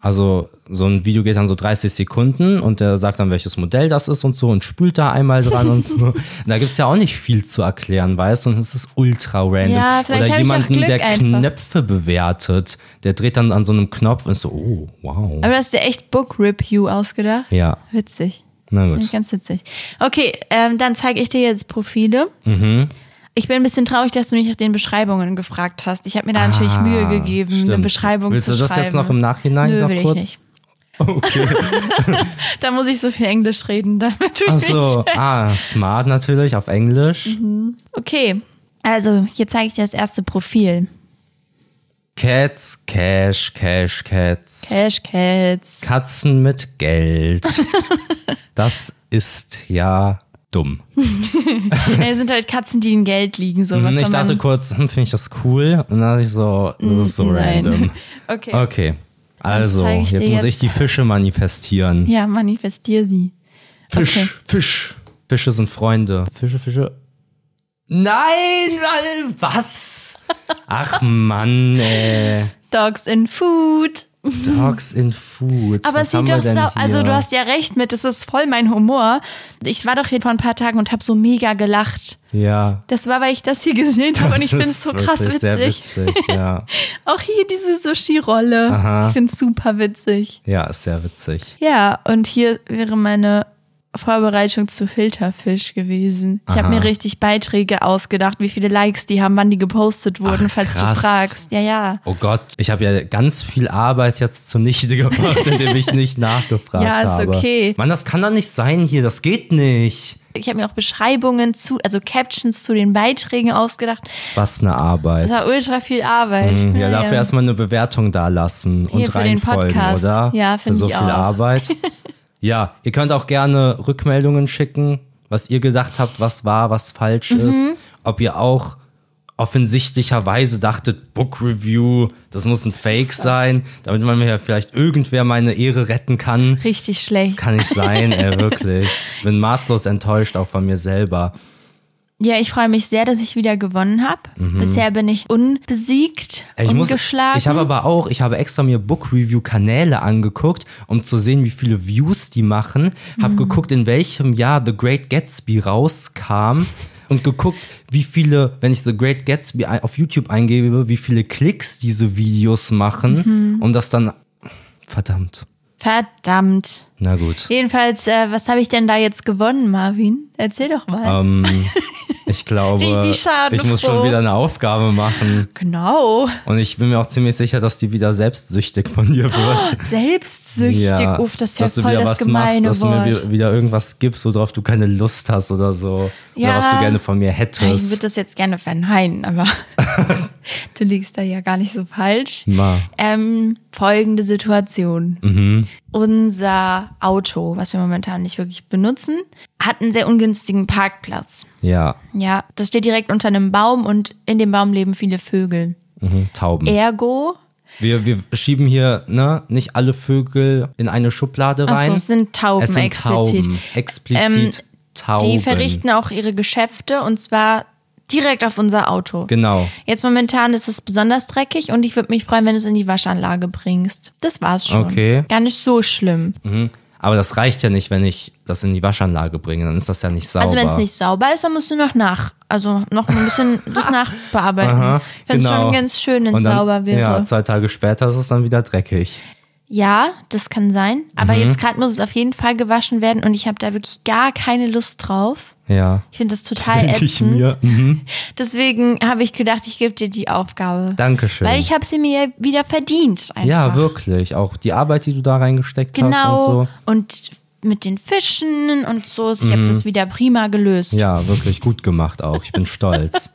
Speaker 1: Also so ein Video geht dann so 30 Sekunden und der sagt dann, welches Modell das ist und so und spült da einmal dran und so. Da gibt's ja auch nicht viel zu erklären, weißt du? Und es ist ultra random.
Speaker 2: Ja, vielleicht hab
Speaker 1: Oder
Speaker 2: ich auch
Speaker 1: jemanden,
Speaker 2: Glück
Speaker 1: der
Speaker 2: einfach.
Speaker 1: Knöpfe bewertet. Der dreht dann an so einem Knopf und ist so, oh, wow.
Speaker 2: Aber das ist ja echt Book Review ausgedacht.
Speaker 1: Ja,
Speaker 2: Witzig.
Speaker 1: na
Speaker 2: Finde
Speaker 1: gut.
Speaker 2: ich ganz witzig. Okay, ähm, dann zeige ich dir jetzt Profile.
Speaker 1: Mhm.
Speaker 2: Ich bin ein bisschen traurig, dass du nicht nach den Beschreibungen gefragt hast. Ich habe mir da natürlich
Speaker 1: Ah,
Speaker 2: Mühe gegeben, eine
Speaker 1: stimmt.
Speaker 2: Beschreibung
Speaker 1: Willst
Speaker 2: zu
Speaker 1: du das
Speaker 2: schreiben.
Speaker 1: jetzt noch im Nachhinein
Speaker 2: Nö,
Speaker 1: noch
Speaker 2: will
Speaker 1: kurz?
Speaker 2: ich nicht. Okay. da muss ich so viel Englisch reden, damit du
Speaker 1: Ach
Speaker 2: mich
Speaker 1: so, ah, smart natürlich auf Englisch.
Speaker 2: Mhm. Okay, also hier zeige ich dir das erste Profil.
Speaker 1: Cats, Cash, Cash, Cats.
Speaker 2: Cash Cats.
Speaker 1: Katzen mit Geld. das ist ja dumm.
Speaker 2: Es sind halt Katzen, die in Geld liegen. So. Hm, Was
Speaker 1: ich
Speaker 2: soll
Speaker 1: dachte
Speaker 2: man? Hm,
Speaker 1: kurz, hm, finde ich das cool? Und dann dachte ich so, das ist so
Speaker 2: Nein.
Speaker 1: random.
Speaker 2: Okay.
Speaker 1: Okay. Also,
Speaker 2: zeig ich
Speaker 1: jetzt,
Speaker 2: dir
Speaker 1: muss ich
Speaker 2: jetzt-
Speaker 1: die Fische manifestieren.
Speaker 2: Ja, manifestier sie.
Speaker 1: Fisch,
Speaker 2: okay.
Speaker 1: Fisch. Fische sind Freunde. Fische, Fische. Nein, Al- was? Ach Mann, ey.
Speaker 2: Dogs in Food.
Speaker 1: Dogs in Food.
Speaker 2: Aber
Speaker 1: was
Speaker 2: es
Speaker 1: haben
Speaker 2: sieht
Speaker 1: wir
Speaker 2: doch
Speaker 1: denn
Speaker 2: sau. Also,
Speaker 1: hier?
Speaker 2: du hast ja recht mit, das ist voll mein Humor. Ich war doch hier vor ein paar Tagen und habe so mega gelacht.
Speaker 1: Ja.
Speaker 2: Das war, weil ich das hier gesehen habe und ich
Speaker 1: Das
Speaker 2: finde es
Speaker 1: ist
Speaker 2: so krass
Speaker 1: wirklich
Speaker 2: witzig.
Speaker 1: Sehr witzig, ja.
Speaker 2: Auch hier diese Sushi-Rolle. Ich finde es super witzig.
Speaker 1: ja, ist sehr witzig.
Speaker 2: Ja, und hier wäre meine Vorbereitung zu Filterfisch gewesen. Ich habe
Speaker 1: Aha.
Speaker 2: mir richtig Beiträge ausgedacht, wie viele Likes die haben, wann die gepostet wurden,
Speaker 1: Ach,
Speaker 2: falls
Speaker 1: krass.
Speaker 2: du fragst. Ja, ja.
Speaker 1: Oh Gott, ich habe ja ganz viel Arbeit jetzt zunichte gemacht, indem ich nicht nachgefragt
Speaker 2: Ja, ist
Speaker 1: habe.
Speaker 2: okay.
Speaker 1: Mann, das kann doch nicht sein hier, das geht nicht.
Speaker 2: Ich habe mir auch Beschreibungen zu, also Captions zu den Beiträgen ausgedacht.
Speaker 1: Was eine Arbeit. Hm,
Speaker 2: Das war ultra viel Arbeit.
Speaker 1: Mhm. ja, dafür
Speaker 2: Also, ja.
Speaker 1: erstmal eine Bewertung da lassen und
Speaker 2: Hier für den
Speaker 1: reinfolgen,
Speaker 2: Podcast.
Speaker 1: oder?
Speaker 2: Ja,
Speaker 1: Für
Speaker 2: finde
Speaker 1: so
Speaker 2: ich
Speaker 1: viel
Speaker 2: auch.
Speaker 1: Arbeit. ja, ihr
Speaker 2: Mhm.
Speaker 1: könnt auch gerne Rückmeldungen schicken, was ihr gedacht habt, was war, was falsch ist, ob ihr auch offensichtlicherweise dachtet, Book Review, das muss ein Fake sein, damit man mir ja vielleicht irgendwer meine Ehre retten kann.
Speaker 2: Richtig
Speaker 1: Das
Speaker 2: schlecht.
Speaker 1: kann nicht sein, ey, wirklich. Ich bin maßlos enttäuscht, auch von mir selber.
Speaker 2: Ja, ich freue mich sehr, dass ich wieder gewonnen habe. Bisher bin ich unbesiegt,
Speaker 1: Mhm. Ey, Ich muss,
Speaker 2: ungeschlagen.
Speaker 1: ich habe aber auch, ich habe extra mir Book Review Kanäle angeguckt, um zu sehen, wie viele Views die machen. Hab geguckt, in welchem Jahr The Great Gatsby rauskam und geguckt, wie viele, wenn ich The Great Gatsby ein- auf YouTube eingebe, wie viele Klicks diese Videos machen, um das dann verdammt.
Speaker 2: Verdammt.
Speaker 1: Na gut.
Speaker 2: Jedenfalls, äh, was habe ich denn da jetzt gewonnen, Marvin? Erzähl doch mal.
Speaker 1: Ähm, ich glaube,
Speaker 2: Richtig schadenfroh.
Speaker 1: ich muss schon wieder eine Aufgabe machen
Speaker 2: Genau.
Speaker 1: und ich bin mir auch ziemlich sicher, dass die wieder selbstsüchtig von dir wird.
Speaker 2: Selbstsüchtig. Ah, Uff, das ist ja
Speaker 1: dass du
Speaker 2: voll
Speaker 1: wieder
Speaker 2: das
Speaker 1: was
Speaker 2: gemeine
Speaker 1: machst, dass du mir
Speaker 2: Wort.
Speaker 1: wieder- wieder irgendwas gibst, worauf du keine Lust hast oder so.
Speaker 2: Ja.
Speaker 1: Oder was du gerne von mir
Speaker 2: Ich würde
Speaker 1: hättest.
Speaker 2: das jetzt gerne verneinen, aber du liegst da ja gar nicht so falsch.
Speaker 1: Na. Mhm.
Speaker 2: Ähm, folgende Situation. Unser Auto, was wir momentan nicht wirklich benutzen, hat einen sehr ungünstigen Parkplatz.
Speaker 1: Ja.
Speaker 2: Ja, das steht direkt unter einem Baum und in dem Baum leben viele Vögel.
Speaker 1: Mhm. Tauben.
Speaker 2: Ergo,
Speaker 1: Wir, wir schieben hier ne, nicht alle Vögel in eine Schublade
Speaker 2: Ach so,
Speaker 1: rein.
Speaker 2: es sind Tauben
Speaker 1: es sind
Speaker 2: explizit. Ähm,
Speaker 1: Tauben. Explizit Tauben.
Speaker 2: die verrichten auch ihre Geschäfte und zwar direkt auf unser Auto.
Speaker 1: Genau.
Speaker 2: Jetzt momentan ist es besonders dreckig und ich würde mich freuen, wenn du es in die Waschanlage bringst. Das war's schon.
Speaker 1: Okay.
Speaker 2: Gar nicht so schlimm.
Speaker 1: Mhm. Aber das reicht ja nicht, wenn ich das in die Waschanlage bringe. Dann ist das ja nicht sauber.
Speaker 2: Also wenn es nicht sauber ist, dann musst du noch nach, also noch ein bisschen das nachbearbeiten.
Speaker 1: Aha,
Speaker 2: Mhm. ich find's
Speaker 1: genau.
Speaker 2: schon ganz schön, wenn
Speaker 1: Und
Speaker 2: es
Speaker 1: dann-
Speaker 2: sauber wäre.
Speaker 1: Ja,
Speaker 2: Ja.
Speaker 1: zwei Tage später ist es dann wieder dreckig.
Speaker 2: das kann sein. Aber
Speaker 1: Mhm.
Speaker 2: jetzt gerade muss es auf jeden Fall gewaschen werden und ich habe da wirklich gar keine Lust drauf.
Speaker 1: Ja.
Speaker 2: Ich finde das total
Speaker 1: Denke ich
Speaker 2: ätzend.
Speaker 1: mir. Mhm.
Speaker 2: Deswegen habe ich gedacht, ich gebe dir die Aufgabe.
Speaker 1: Dankeschön.
Speaker 2: Weil ich habe sie mir wieder verdient. Einfach.
Speaker 1: Ja, wirklich. Auch die Arbeit, die du da reingesteckt hast und
Speaker 2: Genau.
Speaker 1: so. Mhm.
Speaker 2: Und, mit den Fischen und so. Ich habe das wieder prima gelöst.
Speaker 1: Ja, wirklich gut gemacht auch. Ich bin stolz.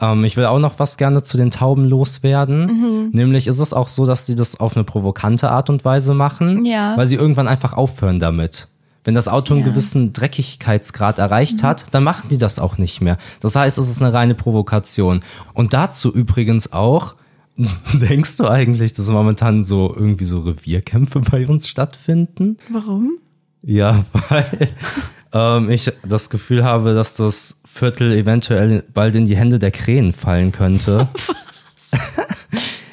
Speaker 1: Ähm, ich will auch noch was gerne zu den Tauben loswerden. Nämlich ist es auch so, dass die das auf eine provokante Art und Weise machen,
Speaker 2: Ja.
Speaker 1: weil sie irgendwann einfach aufhören damit. Wenn das Auto einen gewissen Dreckigkeitsgrad erreicht hat, dann machen die das auch nicht mehr. Das heißt, es ist eine reine Provokation. Und dazu übrigens auch, denkst du eigentlich, dass momentan so irgendwie so Revierkämpfe bei uns stattfinden?
Speaker 2: Warum?
Speaker 1: Ja, weil ähm, ich das Gefühl habe, dass das Viertel eventuell bald in die Hände der Krähen fallen könnte.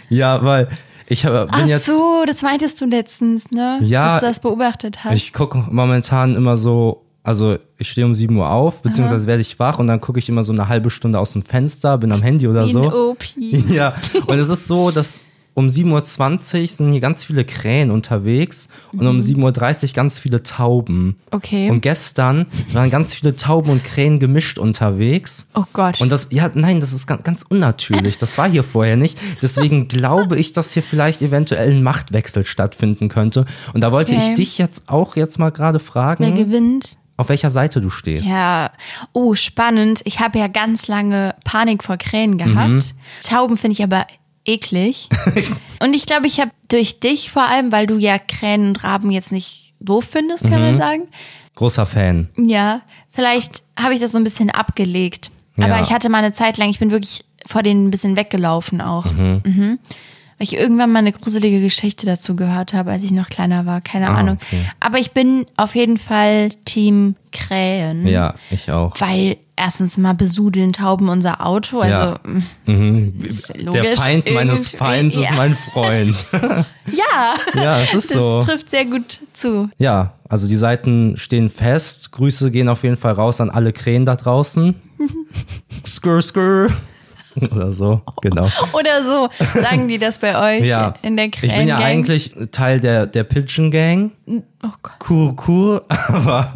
Speaker 1: ja, weil ich hab- bin
Speaker 2: Ach
Speaker 1: jetzt.
Speaker 2: so, das meintest du letztens, ne?
Speaker 1: Ja,
Speaker 2: Dass du das beobachtet hast.
Speaker 1: Ich gucke momentan immer so, also ich stehe um 7 Uhr auf, beziehungsweise werde ich wach und dann gucke ich immer so eine halbe Stunde aus dem Fenster, bin am Handy oder
Speaker 2: Wie ein
Speaker 1: so.
Speaker 2: OP.
Speaker 1: Ja, und es ist so, dass um 7.20 Uhr sind hier ganz viele Krähen unterwegs und um 7.30 Uhr ganz viele Tauben.
Speaker 2: Mhm. Okay.
Speaker 1: Und gestern waren ganz viele Tauben und Krähen gemischt unterwegs.
Speaker 2: oh Gott.
Speaker 1: Und das, ja, nein, das ist ganz, ganz unnatürlich. Das war hier vorher nicht. Deswegen glaube ich, dass hier vielleicht eventuell ein Machtwechsel stattfinden könnte. Und da wollte
Speaker 2: Okay.
Speaker 1: ich dich jetzt auch jetzt mal gerade
Speaker 2: Wer
Speaker 1: fragen,
Speaker 2: gewinnt?
Speaker 1: auf welcher Seite du stehst.
Speaker 2: Ja, oh, spannend. Ich habe ja ganz lange Panik vor
Speaker 1: Mhm.
Speaker 2: Krähen gehabt. Tauben finde ich aber eklig. und ich glaube, ich habe durch dich vor allem, weil du ja Krähen und Raben jetzt nicht doof findest, kann
Speaker 1: Mhm.
Speaker 2: man sagen.
Speaker 1: Großer Fan.
Speaker 2: Ja, vielleicht habe ich das so ein bisschen abgelegt. Aber
Speaker 1: Ja.
Speaker 2: ich hatte mal eine Zeit lang, ich bin wirklich vor denen ein bisschen weggelaufen auch. Mhm. Weil ich irgendwann mal eine gruselige Geschichte dazu gehört habe, als ich noch kleiner war. Keine
Speaker 1: Ah,
Speaker 2: Ahnung.
Speaker 1: okay.
Speaker 2: Aber ich bin auf jeden Fall Team Krähen.
Speaker 1: Ja, ich auch.
Speaker 2: Weil erstens mal besudeln Tauben unser Auto. Also
Speaker 1: Ja.
Speaker 2: mm,
Speaker 1: Mhm.
Speaker 2: ja
Speaker 1: Der
Speaker 2: logisch
Speaker 1: Feind meines
Speaker 2: irgendwie.
Speaker 1: Feinds ist
Speaker 2: Ja.
Speaker 1: mein Freund.
Speaker 2: ja,
Speaker 1: ja, es ist
Speaker 2: das
Speaker 1: so.
Speaker 2: trifft sehr gut zu.
Speaker 1: Ja, also die Seiten stehen fest. Grüße gehen auf jeden Fall raus an alle Krähen da draußen. skrr, skrr. Oder so, genau.
Speaker 2: Oder so sagen die das bei euch
Speaker 1: Ja,
Speaker 2: in der
Speaker 1: ich
Speaker 2: Krähen.
Speaker 1: bin ja eigentlich Teil der, der Pigeon Gang.
Speaker 2: Oh Gott.
Speaker 1: Kur, kur. Aber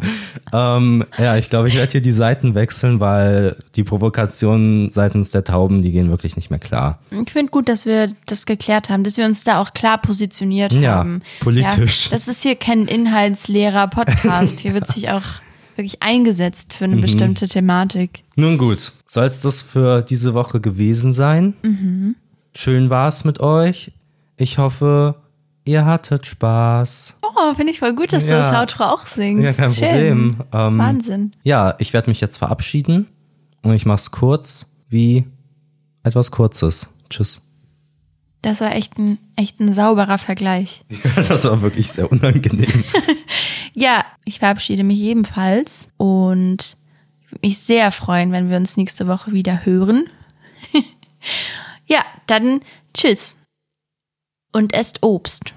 Speaker 1: ähm, ja, ich glaube, ich werde hier die Seiten wechseln, weil die Provokationen seitens der Tauben, die gehen wirklich nicht mehr klar.
Speaker 2: Ich finde gut, dass wir das geklärt haben, dass wir uns da auch klar positioniert
Speaker 1: Ja,
Speaker 2: haben.
Speaker 1: politisch.
Speaker 2: Ja, das ist hier kein inhaltsleerer Podcast. Hier wird sich auch wirklich eingesetzt für eine
Speaker 1: Mhm.
Speaker 2: bestimmte Thematik.
Speaker 1: Nun gut, soll es das für diese Woche gewesen sein? Schön war es mit euch. Ich hoffe, ihr hattet Spaß.
Speaker 2: Oh, finde ich voll gut, dass
Speaker 1: Ja.
Speaker 2: du das Outro auch singst.
Speaker 1: Ja, kein
Speaker 2: Schön.
Speaker 1: Problem. Ähm,
Speaker 2: Wahnsinn.
Speaker 1: Ja, ich werde mich jetzt verabschieden Und ich mach's kurz wie etwas Kurzes. Tschüss.
Speaker 2: Das war echt ein, echt ein sauberer Vergleich.
Speaker 1: das war wirklich sehr unangenehm.
Speaker 2: Ja, ich verabschiede mich ebenfalls und ich würde mich sehr freuen, wenn wir uns nächste Woche wieder hören. ja, dann tschüss. Und esst Obst.